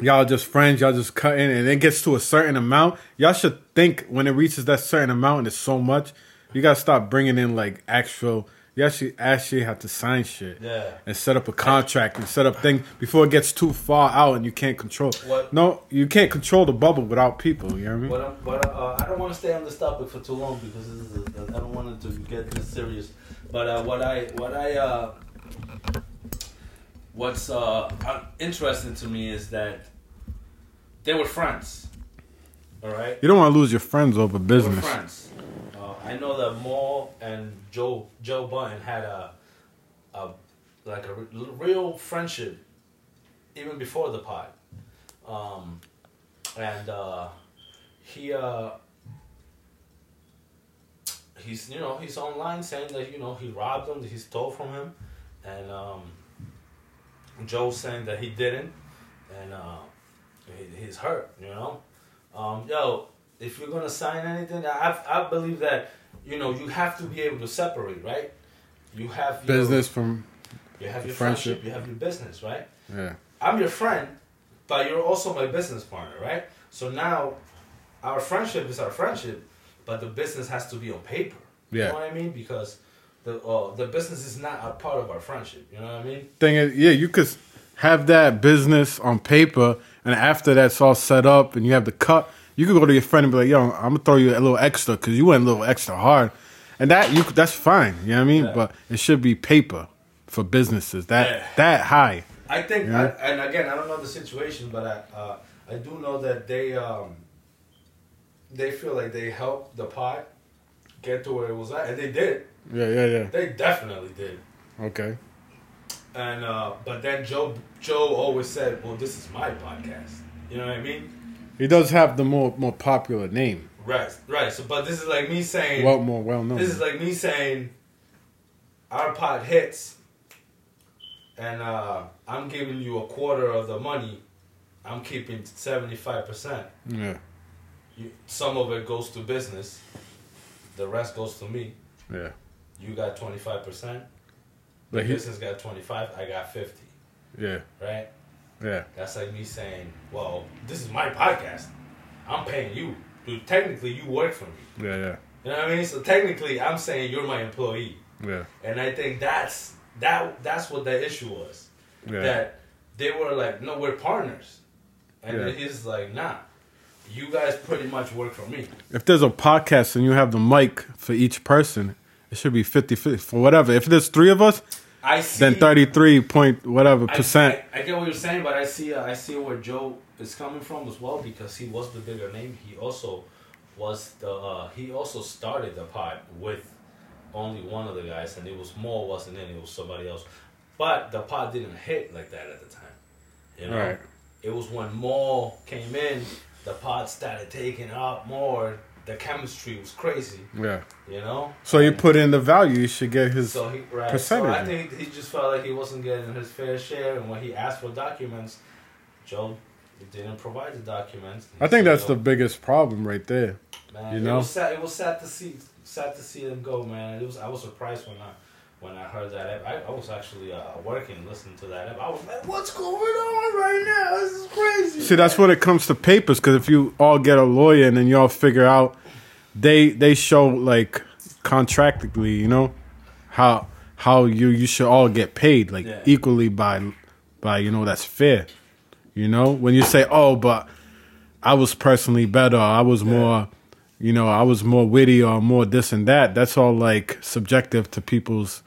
[SPEAKER 2] y'all just friends, y'all just cutting, and it gets to a certain amount, y'all should think when it reaches that certain amount and it's so much, you gotta stop bringing in like actual. You actually actually have to sign shit
[SPEAKER 3] Yeah.
[SPEAKER 2] and set up a contract and set up things before it gets too far out and you can't control.
[SPEAKER 3] What-
[SPEAKER 2] No, you can't control the bubble without people. You know what I mean?
[SPEAKER 3] But, I'm, but uh, I don't want to stay on this topic for too long because this is a, I don't want it to get this serious. But uh, what I what I uh, what's uh, uh, interesting to me is that they were friends. All right,
[SPEAKER 2] You don't want to lose your friends over
[SPEAKER 3] they were
[SPEAKER 2] business.
[SPEAKER 3] friends. Uh, I know that Maul and Joe Joe Button had a, a like a r- real friendship even before the pod. Um, and uh, he uh, he's you know he's online saying that you know he robbed him, that he stole from him, and um, Joe saying that he didn't, and uh, he, he's hurt. You know, um, yo, if you're gonna sign anything, I I believe that you know you have to be able to separate, right? You have your-
[SPEAKER 2] Business from
[SPEAKER 3] you have your
[SPEAKER 2] Friendship.
[SPEAKER 3] friendship. You have your business, right?
[SPEAKER 2] yeah.
[SPEAKER 3] I'm your friend, but you're also my business partner, right? So now our friendship is our friendship, but the business has to be on paper. You
[SPEAKER 2] Yeah.
[SPEAKER 3] know what I mean? Because the uh, the business is not a part of our friendship. You know what I mean?
[SPEAKER 2] Thing is, yeah, you could have that business on paper, and after that's all set up, and you have the cut, you could go to your friend and be like, "Yo, I'm gonna throw you a little extra because you went a little extra hard," and that you could- that's fine. You know what I mean?
[SPEAKER 3] Yeah.
[SPEAKER 2] But it should be paper for businesses that
[SPEAKER 3] Yeah.
[SPEAKER 2] that high.
[SPEAKER 3] I think,
[SPEAKER 2] Yeah.
[SPEAKER 3] I, and again, I don't know the situation, but I uh, I do know that they um, they feel like they helped the pot get to where it was at, and they did.
[SPEAKER 2] Yeah, yeah, yeah.
[SPEAKER 3] They definitely did.
[SPEAKER 2] Okay.
[SPEAKER 3] And uh, but then Joe Joe always said, "Well, this is my podcast." You know what I mean?
[SPEAKER 2] He does have the more more popular name,
[SPEAKER 3] Right, right. So, but this is like me saying,
[SPEAKER 2] well more well known.
[SPEAKER 3] this is like me saying, our pot hits, and uh, I'm giving you a quarter of the money. I'm keeping seventy five percent.
[SPEAKER 2] yeah,
[SPEAKER 3] Some of it goes to business, the rest goes to me.
[SPEAKER 2] yeah.
[SPEAKER 3] You got twenty five percent. The
[SPEAKER 2] Like he,
[SPEAKER 3] business got twenty five. I got fifty.
[SPEAKER 2] yeah,
[SPEAKER 3] Right.
[SPEAKER 2] yeah,
[SPEAKER 3] That's like me saying, well, this is my podcast. I'm paying you. Dude, technically, you work for me.
[SPEAKER 2] yeah, yeah,
[SPEAKER 3] You know what I mean? So technically, I'm saying you're my employee,
[SPEAKER 2] yeah,
[SPEAKER 3] and I think that's that. That's what the issue was.
[SPEAKER 2] yeah.
[SPEAKER 3] That they were like, no, we're partners, and
[SPEAKER 2] Yeah.
[SPEAKER 3] then he's like, nah, you guys pretty much work for me.
[SPEAKER 2] if there's a podcast and you have the mic for each person, it should be 50 50 for whatever. If there's three of us,
[SPEAKER 3] I see.
[SPEAKER 2] then 33 point whatever
[SPEAKER 3] I-
[SPEAKER 2] percent.
[SPEAKER 3] I, I get what you're saying, but I see uh, I see where Joe is coming from as well because he was the bigger name. He also was the uh, he also started the pod with only one of the guys, and it was more wasn't it? It was somebody else, but the pod didn't hit like that at the time. You know,
[SPEAKER 2] Right.
[SPEAKER 3] it was when more came in, the pod started taking out more, the chemistry was crazy.
[SPEAKER 2] Yeah.
[SPEAKER 3] You know.
[SPEAKER 2] So you put in the value, you should get his.
[SPEAKER 3] So he right. So I
[SPEAKER 2] Percentage.
[SPEAKER 3] think he just felt like he wasn't getting his fair share, and when he asked for documents, Joe didn't provide the documents.
[SPEAKER 2] I think that's the biggest problem right there.
[SPEAKER 3] man,
[SPEAKER 2] you
[SPEAKER 3] It
[SPEAKER 2] know?
[SPEAKER 3] was sad. It was sad to see. Sad to see them go, man. It was. I was surprised when I. When I heard that, ep- I, I was actually uh, working, listening to that. ep. I was like, "What's going on right now? This is crazy."
[SPEAKER 2] See, that's when it comes to papers. Because if you all get a lawyer and then y'all figure out, they they show like contractually, you know, how how you you should all get paid like
[SPEAKER 3] Yeah.
[SPEAKER 2] equally by by you know that's fair. You know, when you say, "Oh, but I was personally better," or "I was more," you know, "I was more witty," or "more this and that." That's all like subjective to people's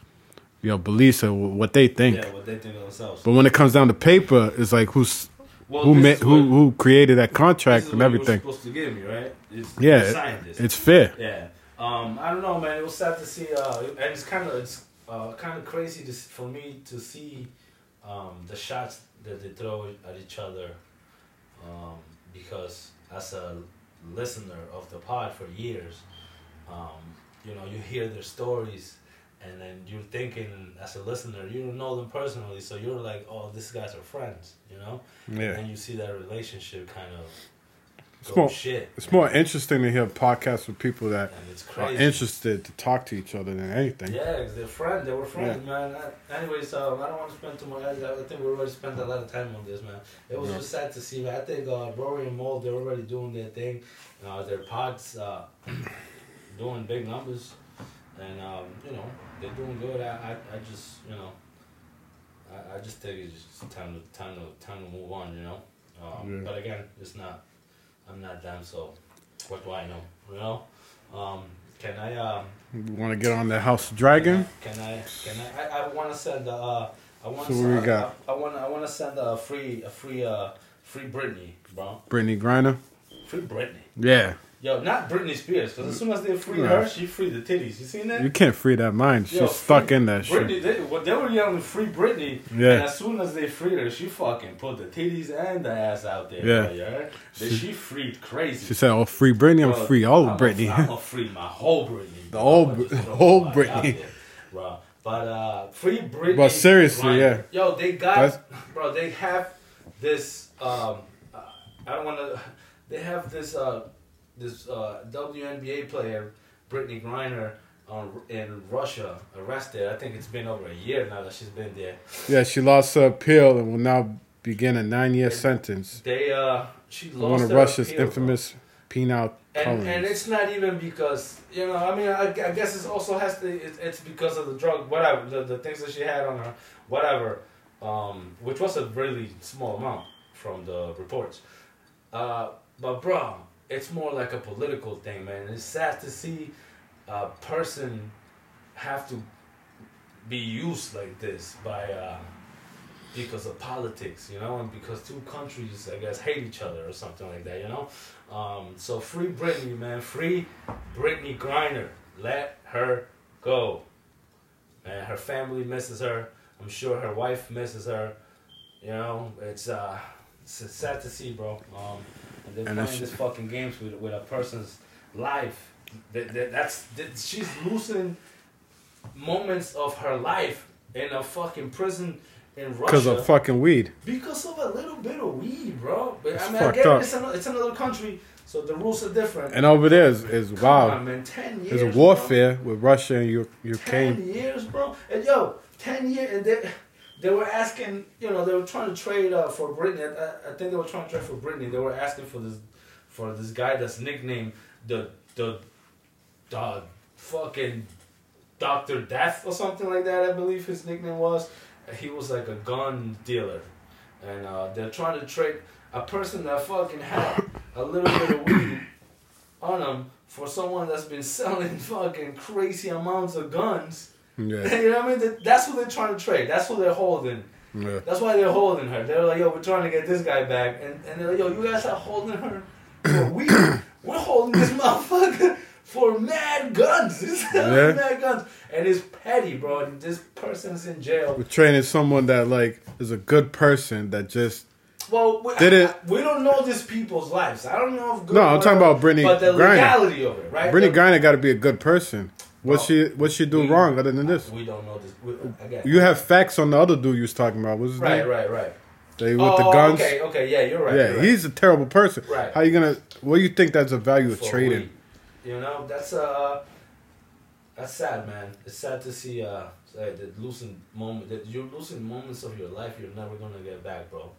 [SPEAKER 2] you know beliefs or what they think.
[SPEAKER 3] Yeah, what they think of themselves.
[SPEAKER 2] But when it comes down to paper, it's like who's
[SPEAKER 3] Well,
[SPEAKER 2] who
[SPEAKER 3] this
[SPEAKER 2] ma-
[SPEAKER 3] is
[SPEAKER 2] who
[SPEAKER 3] what-
[SPEAKER 2] who created that contract
[SPEAKER 3] This is
[SPEAKER 2] and
[SPEAKER 3] what you were
[SPEAKER 2] everything.
[SPEAKER 3] supposed to give me, right? It's
[SPEAKER 2] Yeah,
[SPEAKER 3] the
[SPEAKER 2] it-
[SPEAKER 3] scientist.
[SPEAKER 2] it's fair.
[SPEAKER 3] yeah. Um, I don't know, man. It was sad to see, uh, and it's kind of it's uh, kind of crazy to, s- for me to see um, the shots that they throw at each other, um, because as a listener of the pod for years, um, you know, you hear their stories. And then you're thinking, as a listener, you don't know them personally, so you're like, "Oh, these guys are friends," you know. And then you see that relationship kind of go
[SPEAKER 2] more-
[SPEAKER 3] shit.
[SPEAKER 2] It's more interesting to hear podcasts with people that
[SPEAKER 3] And it's
[SPEAKER 2] are
[SPEAKER 3] crazy.
[SPEAKER 2] interested to talk to each other than anything.
[SPEAKER 3] Yeah, 'cause they're friends. They were friends, man. I, anyways, um, I don't want to spend too much. I, I think we already spent a lot of time on this, man. It was just sad to see, man. I think uh, Rory and Mold, they're already doing their thing. Uh, their pods uh, doing big numbers. And, um, you know, they're doing good. I, I, I just, you know, I, I just think it's just time to, time to, time to move on, you know? Um,
[SPEAKER 2] Yeah.
[SPEAKER 3] But again, it's not, I'm not them, so what do I know, you know? Um, can I, um,
[SPEAKER 2] You want to get on the House of Dragon?
[SPEAKER 3] can I? Can I? I, I want to send. Uh, I want.
[SPEAKER 2] So what we got?
[SPEAKER 3] I want. I want to send a free, a free, uh, free Britney, bro.
[SPEAKER 2] Brittany Griner.
[SPEAKER 3] Free Britney.
[SPEAKER 2] Yeah,
[SPEAKER 3] Yo, not Britney Spears, because as soon as they free
[SPEAKER 2] Yeah.
[SPEAKER 3] her, she free the titties. You seen that?
[SPEAKER 2] you can't free that mind. She's
[SPEAKER 3] Yo,
[SPEAKER 2] stuck
[SPEAKER 3] free
[SPEAKER 2] in that
[SPEAKER 3] Britney,
[SPEAKER 2] shit.
[SPEAKER 3] They, well, they were yelling free Britney,
[SPEAKER 2] Yeah.
[SPEAKER 3] and as soon as they freed her, she fucking put the titties and the ass out there.
[SPEAKER 2] Yeah.
[SPEAKER 3] bro, you heard? Then she freed crazy.
[SPEAKER 2] She said, "Oh, free Britney!
[SPEAKER 3] Bro,
[SPEAKER 2] I'm free all
[SPEAKER 3] I'm
[SPEAKER 2] of
[SPEAKER 3] gonna- I'm
[SPEAKER 2] Britney."
[SPEAKER 3] gonna free my whole Britney.
[SPEAKER 2] The whole
[SPEAKER 3] I'm
[SPEAKER 2] Br-
[SPEAKER 3] just throwing
[SPEAKER 2] whole
[SPEAKER 3] somebody out
[SPEAKER 2] Britney.
[SPEAKER 3] there, Bro. But uh, free Britney.
[SPEAKER 2] But seriously,
[SPEAKER 3] Griner. Yo, they got,
[SPEAKER 2] That's-
[SPEAKER 3] bro. They have this. Um, uh, I don't want to. They have this. Uh, this uh, WNBA player, Brittany Griner, uh, in Russia, arrested. I think it's been over a year now that she's been there.
[SPEAKER 2] yeah, she lost her appeal and will now begin a nine-year sentence.
[SPEAKER 3] They uh, she lost.
[SPEAKER 2] One of
[SPEAKER 3] her
[SPEAKER 2] Russia's
[SPEAKER 3] appeal, bro.
[SPEAKER 2] infamous penal
[SPEAKER 3] and, and
[SPEAKER 2] colonies.
[SPEAKER 3] it's not even because you know i mean i, I guess it also has to it, it's because of the drug whatever the, the things that she had on her whatever um, which was a really small amount from the reports uh, but bro it's more like a political thing man it's sad to see a person have to be used like this by uh, because of politics, you know, and because two countries, I guess, hate each other or something like that, you know. Um, so free Britney, man, free Britney Griner. Let her go, man. Her family misses her. I'm sure her wife misses her. You know, it's uh, it's, it's sad to see, bro. Um, and they're
[SPEAKER 2] And
[SPEAKER 3] playing
[SPEAKER 2] it's-
[SPEAKER 3] this fucking games with with a person's life. That, that, that's that, she's losing moments of her life in a fucking prison in Russia
[SPEAKER 2] Because of fucking weed.
[SPEAKER 3] because of a little bit of weed, bro. But I
[SPEAKER 2] It's
[SPEAKER 3] mean, I
[SPEAKER 2] fucked
[SPEAKER 3] get
[SPEAKER 2] up.
[SPEAKER 3] it. It's, another, it's another country, so the rules are different.
[SPEAKER 2] And over there is, is
[SPEAKER 3] Come
[SPEAKER 2] wow.
[SPEAKER 3] on, man, ten years.
[SPEAKER 2] There's a
[SPEAKER 3] bro.
[SPEAKER 2] warfare with Russia and U-
[SPEAKER 3] Ten
[SPEAKER 2] Ukraine.
[SPEAKER 3] years, bro. And yo, ten years, and they they were asking, you know, they were trying to trade uh, for Britney. I, I think they were trying to trade for Britney. They were asking for this for this guy that's nicknamed the the the fucking Doctor Death or something like that. I believe his nickname was. He was like a gun dealer, and uh, they're trying to trade a person that fucking had a little bit of weed on him for someone that's been selling fucking crazy amounts of guns.
[SPEAKER 2] Yeah.
[SPEAKER 3] you know what I mean? That- That's what they're trying to trade. That's what they're holding.
[SPEAKER 2] yeah.
[SPEAKER 3] That's why they're holding her. They're like, yo, we're trying to get this guy back. And, and they're like, yo, you guys are holding her for weed. we're holding this motherfucker for mad guns. He's
[SPEAKER 2] Yeah.
[SPEAKER 3] selling mad guns. And it's petty, bro. And this person's in jail.
[SPEAKER 2] We're training someone that like is a good person that just
[SPEAKER 3] Well, we,
[SPEAKER 2] Did it-
[SPEAKER 3] I- we don't know these people's lives. I don't know if good
[SPEAKER 2] No,
[SPEAKER 3] or
[SPEAKER 2] I'm talking
[SPEAKER 3] whatever,
[SPEAKER 2] about Brittany
[SPEAKER 3] But the
[SPEAKER 2] Griner.
[SPEAKER 3] legality of it, right? Oh. Mm.
[SPEAKER 2] Brittany
[SPEAKER 3] The-
[SPEAKER 2] Griner got to be a good person. What
[SPEAKER 3] Well,
[SPEAKER 2] she what she do
[SPEAKER 3] we-
[SPEAKER 2] wrong other than this?
[SPEAKER 3] We don't know this. We, again,
[SPEAKER 2] You have facts on the other dude you was talking about. What's his
[SPEAKER 3] right,
[SPEAKER 2] name?
[SPEAKER 3] right, right.
[SPEAKER 2] They with
[SPEAKER 3] oh,
[SPEAKER 2] the guns.
[SPEAKER 3] Okay, okay, yeah, you're right.
[SPEAKER 2] Yeah,
[SPEAKER 3] you're right.
[SPEAKER 2] he's a terrible person.
[SPEAKER 3] Right.
[SPEAKER 2] How you gonna? What do you think that's a value of
[SPEAKER 3] for
[SPEAKER 2] trading?
[SPEAKER 3] weed. You know, that's uh, that's sad, man. It's sad to see uh, say that losing moment that you're losing moments of your life you're never gonna get back, bro.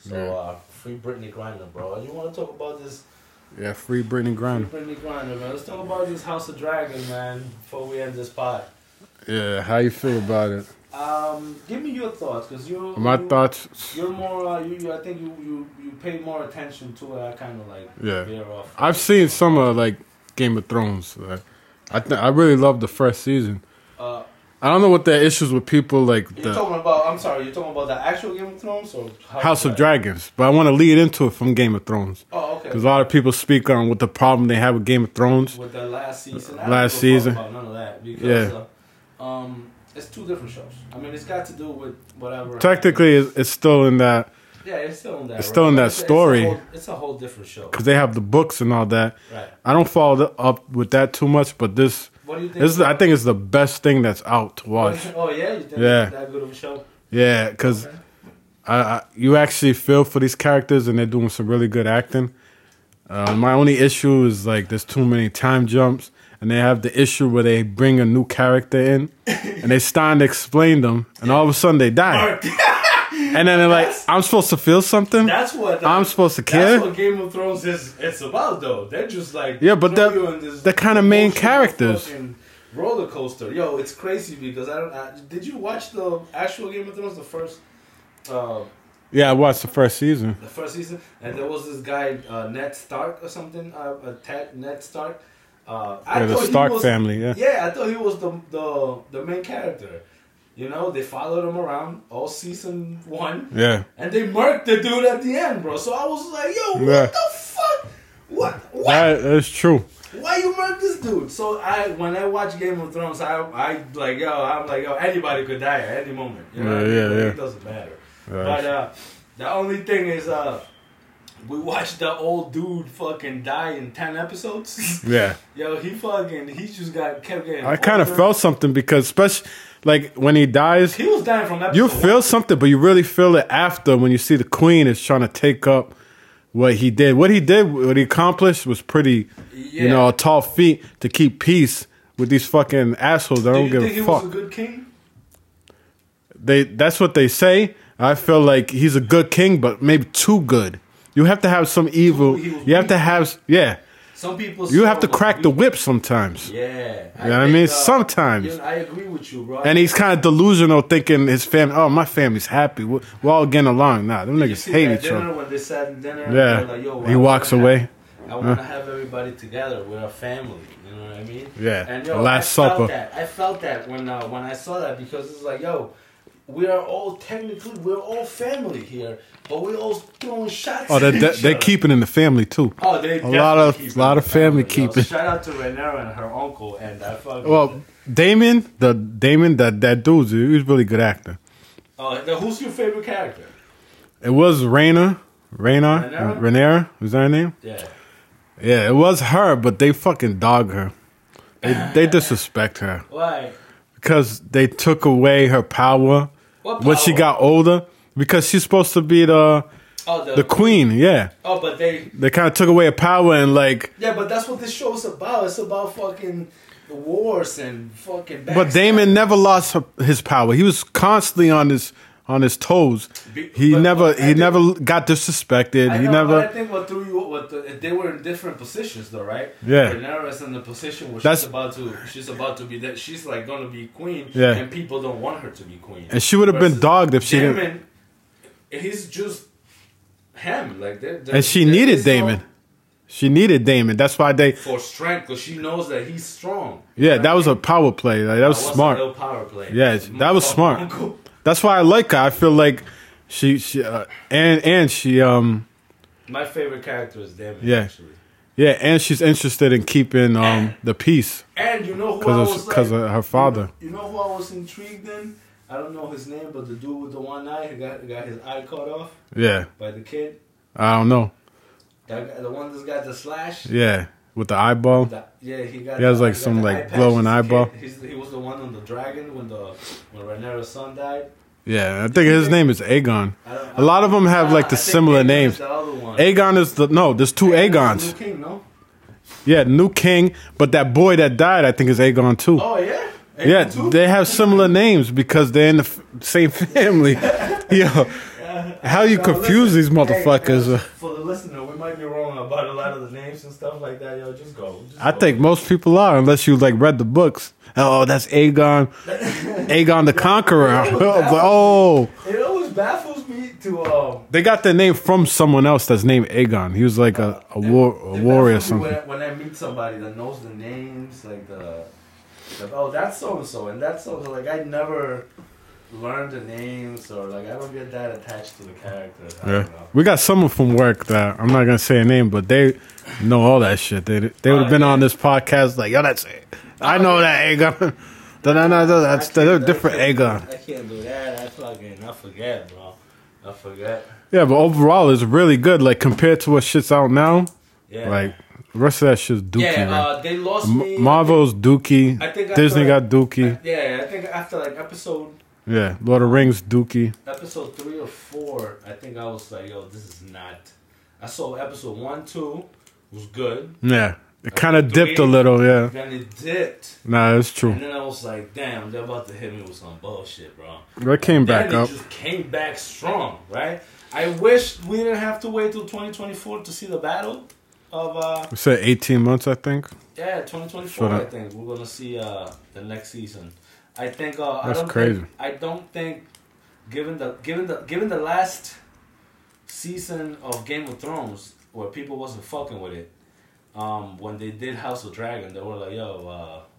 [SPEAKER 3] So
[SPEAKER 2] Yeah.
[SPEAKER 3] uh, free Britney Griner, bro. And You want to talk about this
[SPEAKER 2] Yeah, free Brittany
[SPEAKER 3] free
[SPEAKER 2] Griner.
[SPEAKER 3] Britney Griner, man? Let's talk about this House of Dragon, man. Before we end this pod,
[SPEAKER 2] Yeah, how you feel about it?
[SPEAKER 3] um, give me your thoughts, cause you're
[SPEAKER 2] My
[SPEAKER 3] you-
[SPEAKER 2] thoughts.
[SPEAKER 3] You're more. Uh, you, you, I think you, you you pay more attention to it. I kind of like
[SPEAKER 2] Yeah.
[SPEAKER 3] veer off.
[SPEAKER 2] I've seen some of like Game of Thrones. Like, I th- I really love the first season.
[SPEAKER 3] Uh,
[SPEAKER 2] I don't know what their issues with people like
[SPEAKER 3] You're
[SPEAKER 2] the
[SPEAKER 3] talking about. I'm sorry. You're talking about the actual Game of Thrones or
[SPEAKER 2] House of Dragons, but I want to lead into it from Game of Thrones
[SPEAKER 3] Oh, okay.
[SPEAKER 2] because a lot of people speak on what the problem they have with Game of Thrones.
[SPEAKER 3] With the last season. I
[SPEAKER 2] Last
[SPEAKER 3] don't give a fuck
[SPEAKER 2] season.
[SPEAKER 3] About none of that because
[SPEAKER 2] Yeah.
[SPEAKER 3] uh, um, it's two different shows. I mean, it's got to do with whatever.
[SPEAKER 2] Technically, it's, it's still in that
[SPEAKER 3] Yeah, it's still in that.
[SPEAKER 2] it's still in
[SPEAKER 3] But
[SPEAKER 2] that
[SPEAKER 3] it's a-
[SPEAKER 2] story.
[SPEAKER 3] It's a, whole, it's a whole different show.
[SPEAKER 2] because they have the books and all that.
[SPEAKER 3] Right.
[SPEAKER 2] I don't follow the, up with that too much, but this
[SPEAKER 3] What do you think?
[SPEAKER 2] this is, I think it's the best thing that's out to watch.
[SPEAKER 3] oh yeah, you think
[SPEAKER 2] Yeah.
[SPEAKER 3] it's that good of a show?
[SPEAKER 2] Yeah, because I, I you actually feel for these characters, and they're doing some really good acting. Uh, my only issue is like there's too many time jumps, and they have the issue where they bring a new character in, and they start to explain them, and all of a sudden they die. and then they're like, "I'm supposed to feel something."
[SPEAKER 3] That's what.
[SPEAKER 2] I'm supposed to
[SPEAKER 3] That's
[SPEAKER 2] care?
[SPEAKER 3] what Game of Thrones is. It's about though. They're just like
[SPEAKER 2] Yeah, but
[SPEAKER 3] throw
[SPEAKER 2] they're-
[SPEAKER 3] you in this
[SPEAKER 2] they're kinda main
[SPEAKER 3] emotional
[SPEAKER 2] characters.
[SPEAKER 3] fucking Roller coaster, yo, it's crazy because I don't. I, did you watch the actual Game of Thrones, the first, uh,
[SPEAKER 2] yeah, I watched the first season.
[SPEAKER 3] the first season? And there was this guy uh, Ned Stark or something. Uh, uh, Ted, Ned Stark. Uh, I
[SPEAKER 2] Yeah, the
[SPEAKER 3] thought he
[SPEAKER 2] Stark
[SPEAKER 3] was-
[SPEAKER 2] family. Yeah.
[SPEAKER 3] Yeah, I thought he was the the the main character. You know, they followed him around all season one.
[SPEAKER 2] Yeah.
[SPEAKER 3] And they murked the dude at the end, bro. So I was like, yo, what
[SPEAKER 2] Yeah.
[SPEAKER 3] the fuck? What? What?
[SPEAKER 2] That is true.
[SPEAKER 3] Why you murk this dude? So I, when I watch Game of Thrones, I, I like, yo, I'm like, yo, anybody could die at any moment. You know? what I
[SPEAKER 2] Yeah,
[SPEAKER 3] mean?
[SPEAKER 2] yeah,
[SPEAKER 3] Like,
[SPEAKER 2] yeah.
[SPEAKER 3] It doesn't matter.
[SPEAKER 2] Yeah.
[SPEAKER 3] But uh, the only thing is, uh, we watched the old dude fucking die in ten episodes.
[SPEAKER 2] Yeah.
[SPEAKER 3] yo, he fucking, he just got kept getting.
[SPEAKER 2] I kind of
[SPEAKER 3] older.
[SPEAKER 2] felt something because, especially like when he dies,
[SPEAKER 3] he was dying from episode.
[SPEAKER 2] you
[SPEAKER 3] one.
[SPEAKER 2] feel something, but you really feel it after when you see the queen is trying to take up what he did. What he did, what he accomplished was pretty, you
[SPEAKER 3] Yeah.
[SPEAKER 2] know, a tall feat to keep peace with these fucking assholes.
[SPEAKER 3] Do
[SPEAKER 2] I don't
[SPEAKER 3] you
[SPEAKER 2] give
[SPEAKER 3] think he
[SPEAKER 2] a
[SPEAKER 3] was a
[SPEAKER 2] fuck.
[SPEAKER 3] good king?
[SPEAKER 2] they that's what they say. I feel like he's a good king, but maybe too good. You have to have some evil.
[SPEAKER 3] he was
[SPEAKER 2] You have to
[SPEAKER 3] weak.
[SPEAKER 2] have yeah.
[SPEAKER 3] Some people.
[SPEAKER 2] You have to
[SPEAKER 3] saw him as
[SPEAKER 2] crack the
[SPEAKER 3] weak.
[SPEAKER 2] whip sometimes.
[SPEAKER 3] Yeah.
[SPEAKER 2] You know what I mean?
[SPEAKER 3] think, uh,
[SPEAKER 2] Sometimes.
[SPEAKER 3] you know, I agree with you, bro.
[SPEAKER 2] And he's kind of delusional, thinking his family. Oh, my family's happy. We're, we're all getting along. Nah, them
[SPEAKER 3] You
[SPEAKER 2] niggas
[SPEAKER 3] see
[SPEAKER 2] hate
[SPEAKER 3] that
[SPEAKER 2] each
[SPEAKER 3] dinner
[SPEAKER 2] other.
[SPEAKER 3] when they sat in dinner.
[SPEAKER 2] Yeah.
[SPEAKER 3] and they're like, Yo,
[SPEAKER 2] he
[SPEAKER 3] I
[SPEAKER 2] walks
[SPEAKER 3] wanna
[SPEAKER 2] away.
[SPEAKER 3] have- I want to have everybody together. We're a family. You know what I mean?
[SPEAKER 2] Yeah,
[SPEAKER 3] And
[SPEAKER 2] the
[SPEAKER 3] yo,
[SPEAKER 2] Last
[SPEAKER 3] I
[SPEAKER 2] Supper.
[SPEAKER 3] Felt that. I felt that when uh, when I saw that because it's like, yo, we are all technically we're all family here, but we all throwing shots.
[SPEAKER 2] Oh,
[SPEAKER 3] at
[SPEAKER 2] they they,
[SPEAKER 3] each
[SPEAKER 2] they
[SPEAKER 3] other.
[SPEAKER 2] keeping in the family too.
[SPEAKER 3] Oh, they
[SPEAKER 2] a lot of-
[SPEAKER 3] definitely
[SPEAKER 2] lot of
[SPEAKER 3] keeping the
[SPEAKER 2] family
[SPEAKER 3] yo.
[SPEAKER 2] keeping.
[SPEAKER 3] Shout out to Renera and her uncle and I fucking.
[SPEAKER 2] Well, Damon, the Damon, that that dude, he was really good actor.
[SPEAKER 3] uh, now who's your favorite character?
[SPEAKER 2] It was Raina, Raina,
[SPEAKER 3] Rhaenyra?
[SPEAKER 2] uh, Rhaenyra was that her name?
[SPEAKER 3] Yeah.
[SPEAKER 2] Yeah, it was her, but they fucking dog her. They, they disrespect her
[SPEAKER 3] Why?
[SPEAKER 2] because they took away her power
[SPEAKER 3] What
[SPEAKER 2] when she
[SPEAKER 3] power?
[SPEAKER 2] got older. Because she's supposed to be the
[SPEAKER 3] Oh, the,
[SPEAKER 2] the queen. Yeah,
[SPEAKER 3] Oh, but they.
[SPEAKER 2] they kind of took away her power and like.
[SPEAKER 3] Yeah, but that's what this show is about. It's about fucking wars and fucking.
[SPEAKER 2] But
[SPEAKER 3] backstabbing.
[SPEAKER 2] Damon never lost her, his power. He was constantly on his on his toes.
[SPEAKER 3] Be-
[SPEAKER 2] He
[SPEAKER 3] but-
[SPEAKER 2] never
[SPEAKER 3] but I
[SPEAKER 2] he
[SPEAKER 3] think-
[SPEAKER 2] never got disrespected.
[SPEAKER 3] I
[SPEAKER 2] he
[SPEAKER 3] know, But I
[SPEAKER 2] never.
[SPEAKER 3] think what threw you, what the, they were in different positions, though, right?
[SPEAKER 2] Yeah.
[SPEAKER 3] Daenerys in the position where
[SPEAKER 2] That's-
[SPEAKER 3] she's about to, she's about to be that, she's like gonna be queen,
[SPEAKER 2] Yeah.
[SPEAKER 3] and people don't want her to be queen.
[SPEAKER 2] And she would have been
[SPEAKER 3] Versus
[SPEAKER 2] dogged if she didn't.
[SPEAKER 3] Damon, he's just him, like they
[SPEAKER 2] And she needed Damon. She needed Damon. That's why they.
[SPEAKER 3] for strength, because she knows that he's strong.
[SPEAKER 2] Yeah, that was a power play. Like, that was
[SPEAKER 3] That was
[SPEAKER 2] smart.
[SPEAKER 3] A little power play.
[SPEAKER 2] Yeah, that was
[SPEAKER 3] Oh,
[SPEAKER 2] smart.
[SPEAKER 3] Uncle.
[SPEAKER 2] That's why I like her. I feel like she she uh, and and she um
[SPEAKER 3] My favorite character is Damon.
[SPEAKER 2] Yeah.
[SPEAKER 3] Actually.
[SPEAKER 2] yeah and she's interested in keeping um the peace
[SPEAKER 3] And you know who I
[SPEAKER 2] because
[SPEAKER 3] was
[SPEAKER 2] of because
[SPEAKER 3] like,
[SPEAKER 2] of her father.
[SPEAKER 3] You know who I was intrigued in? I don't know his name, but the dude with the one eye, he got, got his eye cut off
[SPEAKER 2] Yeah.
[SPEAKER 3] by the kid.
[SPEAKER 2] I don't know.
[SPEAKER 3] That, guy- the one that's got the slash.
[SPEAKER 2] Yeah. With the eyeball.
[SPEAKER 3] That- yeah, he got.
[SPEAKER 2] He has,
[SPEAKER 3] the-
[SPEAKER 2] like,
[SPEAKER 3] got
[SPEAKER 2] some,
[SPEAKER 3] the
[SPEAKER 2] like,
[SPEAKER 3] eye patch.
[SPEAKER 2] glowing
[SPEAKER 3] He's the
[SPEAKER 2] eyeball.
[SPEAKER 3] kid. He's, he was the one on the dragon when the when Rhaenyra's son died.
[SPEAKER 2] Yeah. I think his name is Aegon.
[SPEAKER 3] I don't-
[SPEAKER 2] A lot of them have
[SPEAKER 3] Nah,
[SPEAKER 2] like the
[SPEAKER 3] I think
[SPEAKER 2] similar
[SPEAKER 3] Aegon is
[SPEAKER 2] names.
[SPEAKER 3] The other one.
[SPEAKER 2] Aegon is the no. There's two
[SPEAKER 3] Aegon's the
[SPEAKER 2] Aegons.
[SPEAKER 3] new king, no?
[SPEAKER 2] Yeah, new king. But that boy that died, I think is Aegon too.
[SPEAKER 3] Oh yeah. Aegon
[SPEAKER 2] Yeah,
[SPEAKER 3] too?
[SPEAKER 2] they have similar names because they're in the f- same family. Yo, how you
[SPEAKER 3] Now,
[SPEAKER 2] confuse these
[SPEAKER 3] listen, hey,
[SPEAKER 2] motherfuckers?
[SPEAKER 3] for the listener, we might be wrong about a lot of the names and stuff like that. Yo, just go. Just
[SPEAKER 2] I
[SPEAKER 3] go.
[SPEAKER 2] think most people are, unless you like read the books. Oh, that's Aegon, Aegon the Conqueror. But, oh,
[SPEAKER 3] it always baffles me to um.
[SPEAKER 2] they got their name from someone else that's named Aegon. He was like a, a war a
[SPEAKER 3] it
[SPEAKER 2] warrior or
[SPEAKER 3] baffles me
[SPEAKER 2] something.
[SPEAKER 3] When, when I meet somebody that knows the names, like the, like, oh that's so and so and that's so like I never learned the names or like I don't get that attached to the characters. I
[SPEAKER 2] Yeah.
[SPEAKER 3] don't know.
[SPEAKER 2] We got someone from work that I'm not gonna say a name, but they know all that shit. They they would have been on this podcast like, yo, that's I know that Aegon. No, no, no, no, that's
[SPEAKER 3] I
[SPEAKER 2] they're
[SPEAKER 3] can't-
[SPEAKER 2] different
[SPEAKER 3] I can't-
[SPEAKER 2] Aegon.
[SPEAKER 3] I can't do that. I fucking I forget, bro. I forget.
[SPEAKER 2] Yeah, but overall, it's really good. Like compared to what shit's out now,
[SPEAKER 3] Yeah.
[SPEAKER 2] like the rest of that shit's dookie.
[SPEAKER 3] yeah,
[SPEAKER 2] man.
[SPEAKER 3] uh, they lost
[SPEAKER 2] M-
[SPEAKER 3] me.
[SPEAKER 2] Marvel's dookie.
[SPEAKER 3] I think I
[SPEAKER 2] Disney got
[SPEAKER 3] heard-
[SPEAKER 2] dookie.
[SPEAKER 3] Yeah, I think after like episode
[SPEAKER 2] yeah, Lord of the Rings dookie.
[SPEAKER 3] episode three or four, I think I was like, yo, this is not. I saw episode one, two was good.
[SPEAKER 2] Yeah, it kind of dipped a
[SPEAKER 3] three.
[SPEAKER 2] little. Yeah,
[SPEAKER 3] Then it dipped,
[SPEAKER 2] nah, it's
[SPEAKER 3] and
[SPEAKER 2] true.
[SPEAKER 3] then I was like, damn, they're about to hit me with some bullshit, bro.
[SPEAKER 2] It came back
[SPEAKER 3] then
[SPEAKER 2] up.
[SPEAKER 3] it just came back strong, right? I wish we didn't have to wait till 2024 to see the battle of uh
[SPEAKER 2] We said 18 months, I think.
[SPEAKER 3] Yeah, 2024.
[SPEAKER 2] Shut
[SPEAKER 3] I
[SPEAKER 2] up.
[SPEAKER 3] think we're gonna see uh, the next season. I think uh, I
[SPEAKER 2] That's
[SPEAKER 3] don't
[SPEAKER 2] crazy.
[SPEAKER 3] Think, I don't think, given the given the given the last season of Game of Thrones, where people wasn't fucking with it, um, when they did House of Dragon, they were like, "Yo,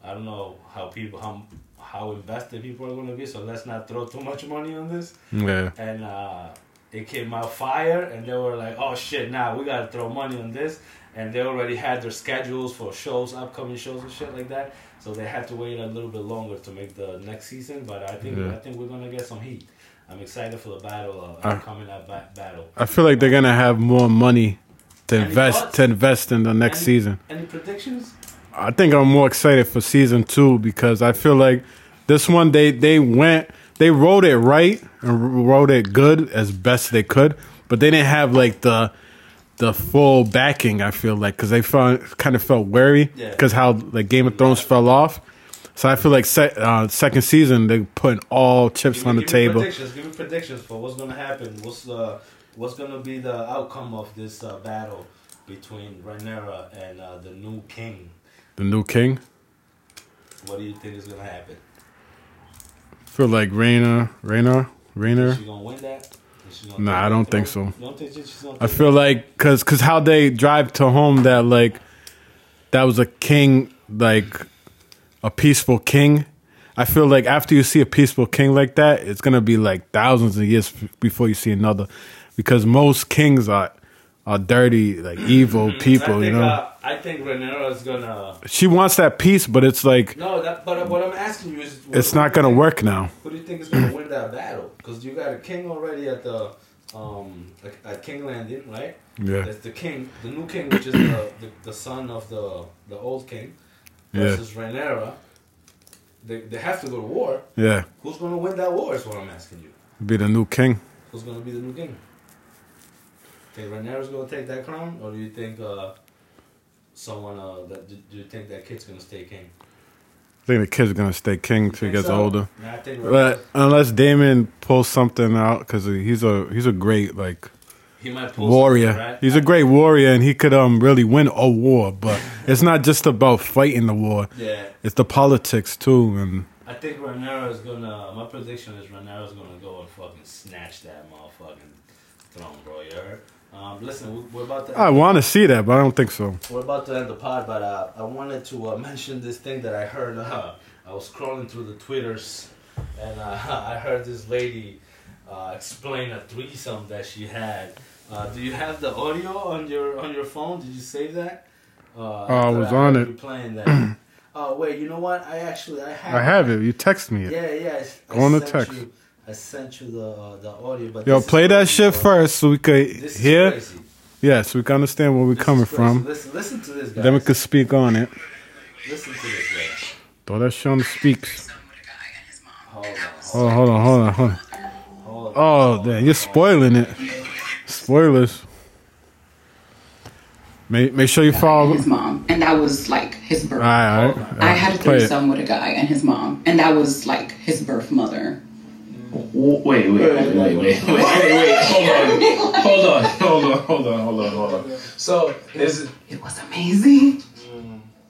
[SPEAKER 3] uh, I don't know how people how how invested people are gonna be, so let's not throw too much money on this."
[SPEAKER 2] Yeah,
[SPEAKER 3] and uh, it came out fire, and they were like, "Oh shit, now we gotta throw money on this," and they already had their schedules for shows, upcoming shows and shit like that. So they had to wait a little bit longer to make the next season. But I think
[SPEAKER 2] Yeah.
[SPEAKER 3] I think we're gonna get some heat. I'm excited for the battle, uh,
[SPEAKER 2] Uh,
[SPEAKER 3] coming up ba- battle.
[SPEAKER 2] I feel like they're gonna have more money to
[SPEAKER 3] Any
[SPEAKER 2] invest
[SPEAKER 3] thoughts?
[SPEAKER 2] to invest in the next
[SPEAKER 3] Any-
[SPEAKER 2] season.
[SPEAKER 3] Any predictions?
[SPEAKER 2] I think I'm more excited for season two because I feel like this one they they went they wrote it right and wrote it good as best they could, but they didn't have like the the full backing. I feel like because they found kind of felt wary
[SPEAKER 3] Yeah.
[SPEAKER 2] because how like Game of Thrones fell off. So I feel like se- uh, second season they're putting all chips
[SPEAKER 3] Give
[SPEAKER 2] on
[SPEAKER 3] me-
[SPEAKER 2] the
[SPEAKER 3] give me
[SPEAKER 2] table.
[SPEAKER 3] Predictions. Give me predictions for what's gonna happen. What's uh, what's gonna be the outcome of this uh, battle between Rhaenyra and uh, the new king?
[SPEAKER 2] The new king.
[SPEAKER 3] What do you think is gonna happen?
[SPEAKER 2] I feel like Raina, Raina, Rainer.
[SPEAKER 3] Is she gonna win that? Is she gonna
[SPEAKER 2] Nah,
[SPEAKER 3] take
[SPEAKER 2] I don't
[SPEAKER 3] that
[SPEAKER 2] think
[SPEAKER 3] throne?
[SPEAKER 2] so.
[SPEAKER 3] You don't think she's gonna
[SPEAKER 2] I
[SPEAKER 3] take
[SPEAKER 2] feel like because cause how they drive to home that like that was a king like a peaceful king. I feel like after you see a peaceful king like that, it's gonna be like thousands of years f- before you see another, because most kings are are dirty like evil
[SPEAKER 3] that?
[SPEAKER 2] people.
[SPEAKER 3] I
[SPEAKER 2] You
[SPEAKER 3] think,
[SPEAKER 2] know,
[SPEAKER 3] Uh, I think Renera is gonna.
[SPEAKER 2] she wants that peace, but it's like
[SPEAKER 3] No, that, but what I'm asking you is,
[SPEAKER 2] it's not gonna work now.
[SPEAKER 3] Who do you think is gonna win that battle? Because you got a king already at the um at- at King Landing, right?
[SPEAKER 2] Yeah.
[SPEAKER 3] That's the king, the new king, which is the, the, the son of the the old king
[SPEAKER 2] Yeah.
[SPEAKER 3] versus Rhaenyra. They they have to go to war.
[SPEAKER 2] Yeah,
[SPEAKER 3] Who's gonna win that war? Is what I'm asking you.
[SPEAKER 2] be the new king.
[SPEAKER 3] Who's gonna be the new king? Think Rhaenyra's gonna take that crown, or do you think uh, someone uh, that do, do you think that kid's gonna stay king?
[SPEAKER 2] I think the kid's gonna stay king till
[SPEAKER 3] Think
[SPEAKER 2] he gets
[SPEAKER 3] so?
[SPEAKER 2] older.
[SPEAKER 3] Nah, I think
[SPEAKER 2] But unless Damon pulls something out, because he's a he's a great like
[SPEAKER 3] he might pull
[SPEAKER 2] warrior.
[SPEAKER 3] something, right?
[SPEAKER 2] He's a great warrior, and he could um really win a war. But it's not just about fighting the war;
[SPEAKER 3] yeah.
[SPEAKER 2] it's the politics too. And
[SPEAKER 3] I think Rhaenyra is gonna. My prediction is Rhaenyra's gonna go and fucking snatch that motherfucking throne, bro. You heard? Um, listen, we- we're about to.
[SPEAKER 2] I want to see that, but I don't think so.
[SPEAKER 3] We're about to end the pod, but uh, I wanted to uh, mention this thing that I heard. Uh, I was scrolling through the Twitters, and uh, I heard this lady uh, explain a threesome that she had. Uh, do you have the audio on your on your phone? Did you save that? Uh,
[SPEAKER 2] I was
[SPEAKER 3] heard
[SPEAKER 2] on
[SPEAKER 3] you
[SPEAKER 2] it.
[SPEAKER 3] Playing that. Oh wait, you know what? I actually I have.
[SPEAKER 2] I have it. You text me it.
[SPEAKER 3] Yeah, yeah. I s- I
[SPEAKER 2] Go on the
[SPEAKER 3] sent
[SPEAKER 2] text.
[SPEAKER 3] You, I sent you the uh, the audio, but
[SPEAKER 2] Yo,
[SPEAKER 3] this is
[SPEAKER 2] play that
[SPEAKER 3] crazy,
[SPEAKER 2] shit
[SPEAKER 3] bro.
[SPEAKER 2] first so we could
[SPEAKER 3] This is
[SPEAKER 2] hear. Yes,
[SPEAKER 3] crazy.
[SPEAKER 2] we can understand where we're
[SPEAKER 3] This is
[SPEAKER 2] coming
[SPEAKER 3] crazy.
[SPEAKER 2] from.
[SPEAKER 3] Listen, listen to this, guys.
[SPEAKER 2] Then we could speak on it.
[SPEAKER 3] Listen to this, guys.
[SPEAKER 2] Throw that shit on the speaks.
[SPEAKER 3] Hold on.
[SPEAKER 2] Hold on, Oh, hold on, hold on, hold on.
[SPEAKER 3] Hold on.
[SPEAKER 2] Oh, damn, you're spoiling it. Spoilers. Make, make sure you follow.
[SPEAKER 8] his mom, and that was like his birth.
[SPEAKER 2] Alright, alright.
[SPEAKER 8] I had a
[SPEAKER 2] Play it.
[SPEAKER 8] threesome with a guy and his mom, and that was like his birth mother.
[SPEAKER 9] Wait, wait, wait, wait, wait, wait, wait. Hold on, hold on, hold on, hold on, hold on. So, is
[SPEAKER 8] It was amazing.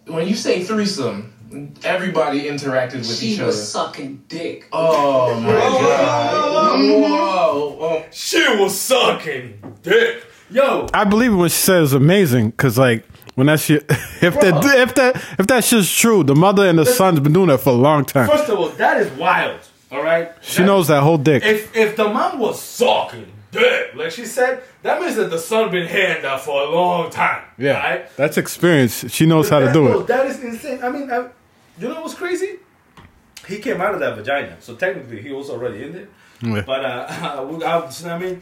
[SPEAKER 9] when you say threesome, everybody interacted with each
[SPEAKER 8] She
[SPEAKER 9] other.
[SPEAKER 8] was sucking dick.
[SPEAKER 9] oh my god! Whoa! Oh,
[SPEAKER 3] She was sucking dick. Yo,
[SPEAKER 2] I believe what she said is amazing because, like, when that shit, if that, if that, if that shit's true, the mother and the son's been doing that for a long time.
[SPEAKER 3] first of all, that is wild. All right.
[SPEAKER 2] She knows that whole dick.
[SPEAKER 3] If if the mom was sucking dick, like she said, that means that the son been hearing that for a long time.
[SPEAKER 2] Yeah,
[SPEAKER 3] All right.
[SPEAKER 2] that's experience. She knows how to
[SPEAKER 3] That-
[SPEAKER 2] do
[SPEAKER 3] no,
[SPEAKER 2] it.
[SPEAKER 3] That is insane. I mean, I, you know what's crazy? He came out of that vagina, so technically he was already in there.
[SPEAKER 2] Yeah.
[SPEAKER 3] But uh, we- I, I mean,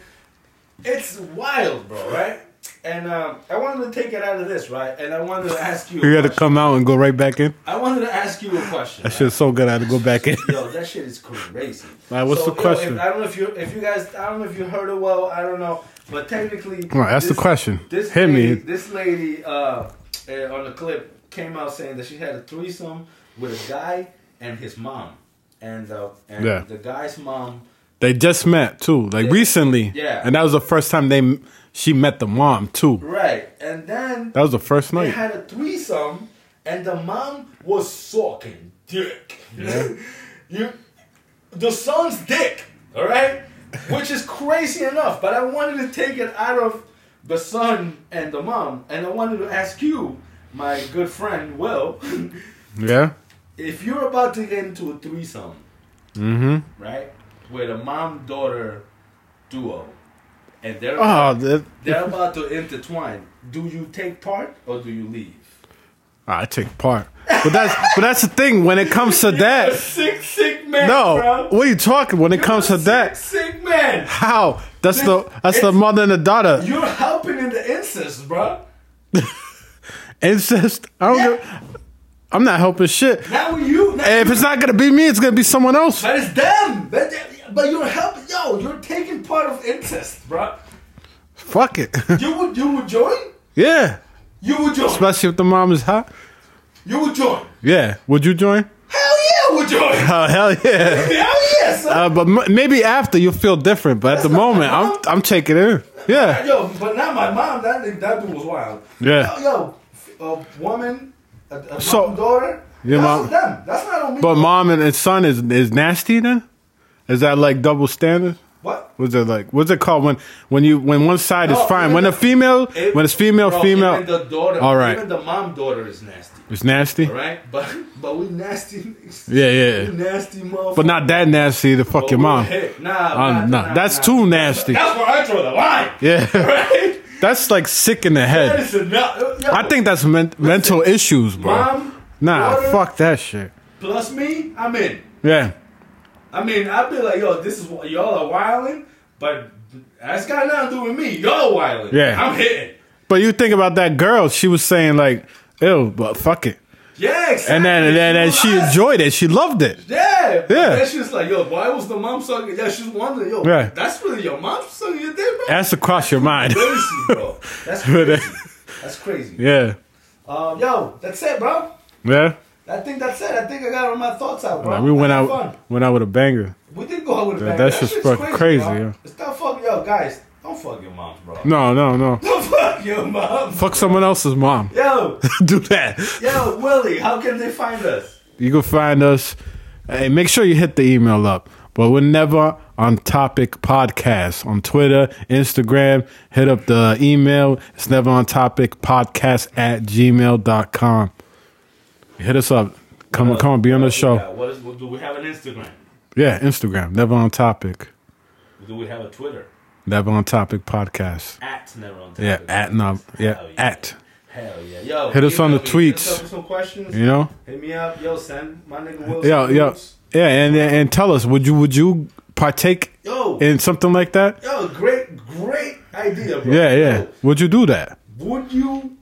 [SPEAKER 3] it's wild, bro, right? And um, I wanted to take it out of this, right? And I wanted to ask you. a
[SPEAKER 2] You had to
[SPEAKER 3] question.
[SPEAKER 2] come out and go right back in.
[SPEAKER 3] I wanted to ask you a question.
[SPEAKER 2] That
[SPEAKER 3] right?
[SPEAKER 2] shit's so good. I had to go back in.
[SPEAKER 3] Yo, that shit is crazy.
[SPEAKER 2] Alright, what's the
[SPEAKER 3] yo, if-
[SPEAKER 2] question?
[SPEAKER 3] I don't know if you if you guys I don't know if you heard it well. I don't know, but technically,
[SPEAKER 2] All right, that's the question.
[SPEAKER 3] This
[SPEAKER 2] Hit me.
[SPEAKER 3] lady, This lady uh, eh, on the clip came out saying that she had a threesome with a guy and his mom, and uh, and
[SPEAKER 2] Yeah.
[SPEAKER 3] the guy's mom.
[SPEAKER 2] They just met too, like recently.
[SPEAKER 3] Yeah.
[SPEAKER 2] And that was the first time they she met the mom too.
[SPEAKER 3] Right, and then
[SPEAKER 2] That was the first
[SPEAKER 3] they
[SPEAKER 2] night.
[SPEAKER 3] had a threesome, and the mom was sucking dick. you, the son's dick. All right, which is crazy enough. But I wanted to take it out of the son and the mom, and I wanted to ask you, my good friend Will,
[SPEAKER 2] Yeah.
[SPEAKER 3] if you're about to get into a threesome, right, with a mom-daughter duo, and they're
[SPEAKER 2] Oh, that,
[SPEAKER 3] they're about to intertwine, do you take part or do you leave?
[SPEAKER 2] Ah, I take part. But that's but that's the thing when it comes to that.
[SPEAKER 3] sick, sick man,
[SPEAKER 2] No,
[SPEAKER 3] bro.
[SPEAKER 2] what are you talking? When it comes to
[SPEAKER 3] sick,
[SPEAKER 2] that,
[SPEAKER 3] sick man.
[SPEAKER 2] how? That's the that's the
[SPEAKER 3] It's-
[SPEAKER 2] mother and the daughter.
[SPEAKER 3] You're helping in the incest, bro.
[SPEAKER 2] Incest. I don't. Give, I'm not helping shit.
[SPEAKER 3] Now you, now
[SPEAKER 2] And if
[SPEAKER 3] you-
[SPEAKER 2] it's not gonna be me, it's gonna be someone else.
[SPEAKER 3] but it's them. But, but you're helping, yo. You're taking part of incest, bro.
[SPEAKER 2] Fuck it.
[SPEAKER 3] You would, you would join.
[SPEAKER 2] yeah.
[SPEAKER 3] You would join.
[SPEAKER 2] Especially if the mom is hot.
[SPEAKER 3] you would join.
[SPEAKER 2] Yeah. Would you join?
[SPEAKER 3] Hell yeah, would join.
[SPEAKER 2] Oh hell yeah.
[SPEAKER 3] Hell yes. son.
[SPEAKER 2] Uh, but m- maybe after you'll feel different. But at the
[SPEAKER 3] not
[SPEAKER 2] moment,
[SPEAKER 3] my
[SPEAKER 2] I'm
[SPEAKER 3] mom.
[SPEAKER 2] I'm taking it in. Yeah.
[SPEAKER 3] Yo, but not my mom. That nigga- that dude was wild.
[SPEAKER 2] Yeah.
[SPEAKER 3] Yo, yo a woman, a, a
[SPEAKER 2] So-
[SPEAKER 3] mom, daughter.
[SPEAKER 2] Your
[SPEAKER 3] that's
[SPEAKER 2] mom-
[SPEAKER 3] them. That's not on me.
[SPEAKER 2] But mom and, and son is is nasty then. Is that like double standard?
[SPEAKER 3] what?
[SPEAKER 2] What's it like? What's it called when when you when one side
[SPEAKER 3] No,
[SPEAKER 2] is fine?
[SPEAKER 3] even
[SPEAKER 2] When
[SPEAKER 3] the-
[SPEAKER 2] a female
[SPEAKER 3] It-
[SPEAKER 2] when it's female
[SPEAKER 3] bro,
[SPEAKER 2] female.
[SPEAKER 3] Even the daughter.
[SPEAKER 2] All right.
[SPEAKER 3] Even the mom daughter is nasty.
[SPEAKER 2] it's nasty.
[SPEAKER 3] All right. But but we nasty. niggas.
[SPEAKER 2] Yeah, yeah.
[SPEAKER 3] We nasty motherfucker.
[SPEAKER 2] But not that nasty to fuck your mom.
[SPEAKER 3] Nah,
[SPEAKER 2] Uh,
[SPEAKER 3] nah,
[SPEAKER 2] nah,
[SPEAKER 3] nah,
[SPEAKER 2] that's
[SPEAKER 3] nah.
[SPEAKER 2] too nasty.
[SPEAKER 3] That's where I draw the line.
[SPEAKER 2] Yeah,
[SPEAKER 3] Right.
[SPEAKER 2] that's like sick in the
[SPEAKER 3] That
[SPEAKER 2] head.
[SPEAKER 3] is enough. Yo,
[SPEAKER 2] I think that's men- mental issues, bro.
[SPEAKER 3] mom.
[SPEAKER 2] nah,
[SPEAKER 3] daughter
[SPEAKER 2] fuck that shit.
[SPEAKER 3] Plus me, I'm in.
[SPEAKER 2] Yeah,
[SPEAKER 3] I mean, I'd be like, yo, this is why y'all are wilding, but that's got nothing to do with me. Y'all wilding.
[SPEAKER 2] Yeah.
[SPEAKER 3] I'm hitting.
[SPEAKER 2] but you think about that girl. She was saying like, "Ew," but fuck it.
[SPEAKER 3] Yeah, exactly.
[SPEAKER 2] And then and then, and
[SPEAKER 3] was
[SPEAKER 2] she
[SPEAKER 3] us.
[SPEAKER 2] enjoyed it. She loved it.
[SPEAKER 3] Yeah. But
[SPEAKER 2] Yeah.
[SPEAKER 3] Then she was like, yo, why was the mom sucking? Yeah, she's wondering, yo,
[SPEAKER 2] Right.
[SPEAKER 3] that's really your mom sucking your dick, bro?
[SPEAKER 2] That's across your mind.
[SPEAKER 3] crazy, bro. That's
[SPEAKER 2] But,
[SPEAKER 3] crazy. That's crazy.
[SPEAKER 2] yeah,
[SPEAKER 3] Um, yo, that's it, bro.
[SPEAKER 2] yeah.
[SPEAKER 3] I think that's it. I think I got all my thoughts out, bro.
[SPEAKER 2] Like, we went
[SPEAKER 3] That
[SPEAKER 2] out
[SPEAKER 3] was fun.
[SPEAKER 2] went out with a banger.
[SPEAKER 3] We did go out with a bang.
[SPEAKER 2] That- that's just fucking crazy,
[SPEAKER 3] bro.
[SPEAKER 2] yeah.
[SPEAKER 3] It's not fuck, yo, guys. Don't fuck your moms, bro.
[SPEAKER 2] No, no, no.
[SPEAKER 3] Don't fuck your mom.
[SPEAKER 2] Fuck someone else's mom.
[SPEAKER 3] Yo,
[SPEAKER 2] Do that.
[SPEAKER 3] Yo, Willie, how can they find us?
[SPEAKER 2] You can find us. Hey, make sure you hit the email up. But we're never on topic podcast on Twitter, Instagram. Hit up the email. It's never on topic podcast at gmail.com. Hit us up. Come on, come on, be on the
[SPEAKER 3] Yeah,
[SPEAKER 2] show.
[SPEAKER 3] what is, do we have an Instagram?
[SPEAKER 2] uh, Yeah, Instagram, never on topic.
[SPEAKER 3] Do we have a Twitter?
[SPEAKER 2] Never on topic podcast.
[SPEAKER 3] At Never On Topic.
[SPEAKER 2] Yeah, at no, yeah,
[SPEAKER 3] Hell yeah.
[SPEAKER 2] at
[SPEAKER 3] Hell yeah. Yo,
[SPEAKER 2] Hit us on the
[SPEAKER 3] email me. Hit us
[SPEAKER 2] tweets.
[SPEAKER 3] up with Some questions.
[SPEAKER 2] You know?
[SPEAKER 3] Hit me up. Yo, Sam. My nigga Wilson.
[SPEAKER 2] Yeah, yeah,
[SPEAKER 3] Cruz.
[SPEAKER 2] yeah. And and tell us, would you would you partake
[SPEAKER 3] Yo.
[SPEAKER 2] in something like that?
[SPEAKER 3] yo, great, great idea, bro.
[SPEAKER 2] Yeah, yeah.
[SPEAKER 3] Yo,
[SPEAKER 2] Would you do that?
[SPEAKER 3] would you,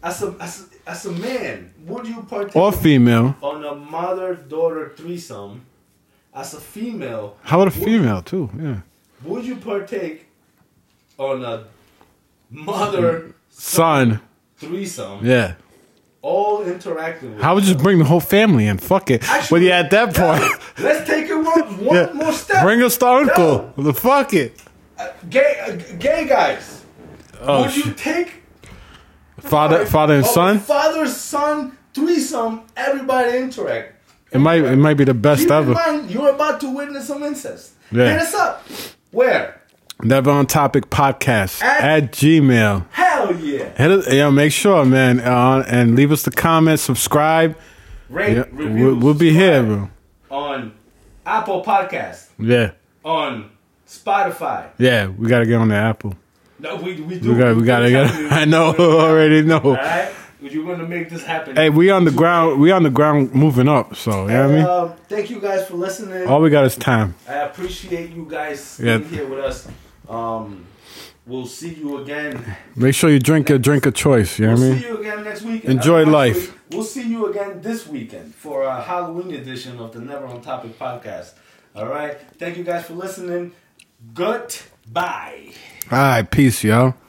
[SPEAKER 3] as a, as a, as a man, would you partake
[SPEAKER 2] Or female?
[SPEAKER 3] on a mother-daughter threesome? As a female,
[SPEAKER 2] How about a
[SPEAKER 3] would-
[SPEAKER 2] female too? Yeah.
[SPEAKER 3] Would you partake on a mother
[SPEAKER 2] Son.
[SPEAKER 3] threesome?
[SPEAKER 2] Yeah.
[SPEAKER 3] All interacting with
[SPEAKER 2] How would you just bring the whole family in? Fuck it. Well,
[SPEAKER 3] Actually,
[SPEAKER 2] yeah, at that point,
[SPEAKER 3] Let's take it one, one
[SPEAKER 2] yeah.
[SPEAKER 3] more step.
[SPEAKER 2] bring us the uncle.
[SPEAKER 3] No.
[SPEAKER 2] The fuck it.
[SPEAKER 3] gay, uh, g- gay guys.
[SPEAKER 2] Oh,
[SPEAKER 3] would you Oh,
[SPEAKER 2] shit.
[SPEAKER 3] take
[SPEAKER 2] father, father and
[SPEAKER 3] a
[SPEAKER 2] son.
[SPEAKER 3] father son threesome? Everybody interact.
[SPEAKER 2] It might, it might be the best
[SPEAKER 3] Keep in
[SPEAKER 2] ever.
[SPEAKER 3] mind, you're about to witness some incest.
[SPEAKER 2] Yeah.
[SPEAKER 3] Hit us up. Where?
[SPEAKER 2] Never on topic podcast
[SPEAKER 3] At-
[SPEAKER 2] at Gmail.
[SPEAKER 3] Hell yeah.
[SPEAKER 2] Hit us, yeah, make sure, man, uh, and leave us the comments, subscribe.
[SPEAKER 3] Rate,
[SPEAKER 2] Yeah,
[SPEAKER 3] review,
[SPEAKER 2] we'll, we'll be here,
[SPEAKER 3] subscribe
[SPEAKER 2] bro.
[SPEAKER 3] on Apple Podcast,
[SPEAKER 2] Yeah,
[SPEAKER 3] on Spotify.
[SPEAKER 2] yeah, we gotta get on the Apple.
[SPEAKER 3] No, we we do.
[SPEAKER 2] We got, we gotta get. I know, already
[SPEAKER 3] All
[SPEAKER 2] know.
[SPEAKER 3] right, you're gonna make this happen.
[SPEAKER 2] Hey, we on the ground. We on the ground, moving up. So you know what I mean.
[SPEAKER 3] Um, thank you guys for listening.
[SPEAKER 2] All we got is time.
[SPEAKER 3] I appreciate you guys
[SPEAKER 2] Yeah.
[SPEAKER 3] being here with us. Um, we'll see you again.
[SPEAKER 2] Make sure you drink your drink of choice. You know
[SPEAKER 3] We'll
[SPEAKER 2] what I
[SPEAKER 3] see
[SPEAKER 2] mean.
[SPEAKER 3] you again next weekend.
[SPEAKER 2] Enjoy
[SPEAKER 3] Uh, next
[SPEAKER 2] life.
[SPEAKER 3] week, We'll see you again this weekend for a Halloween edition of the Never on Topic podcast. All right. Thank you guys for listening. Goodbye.
[SPEAKER 2] All right, peace, y'all.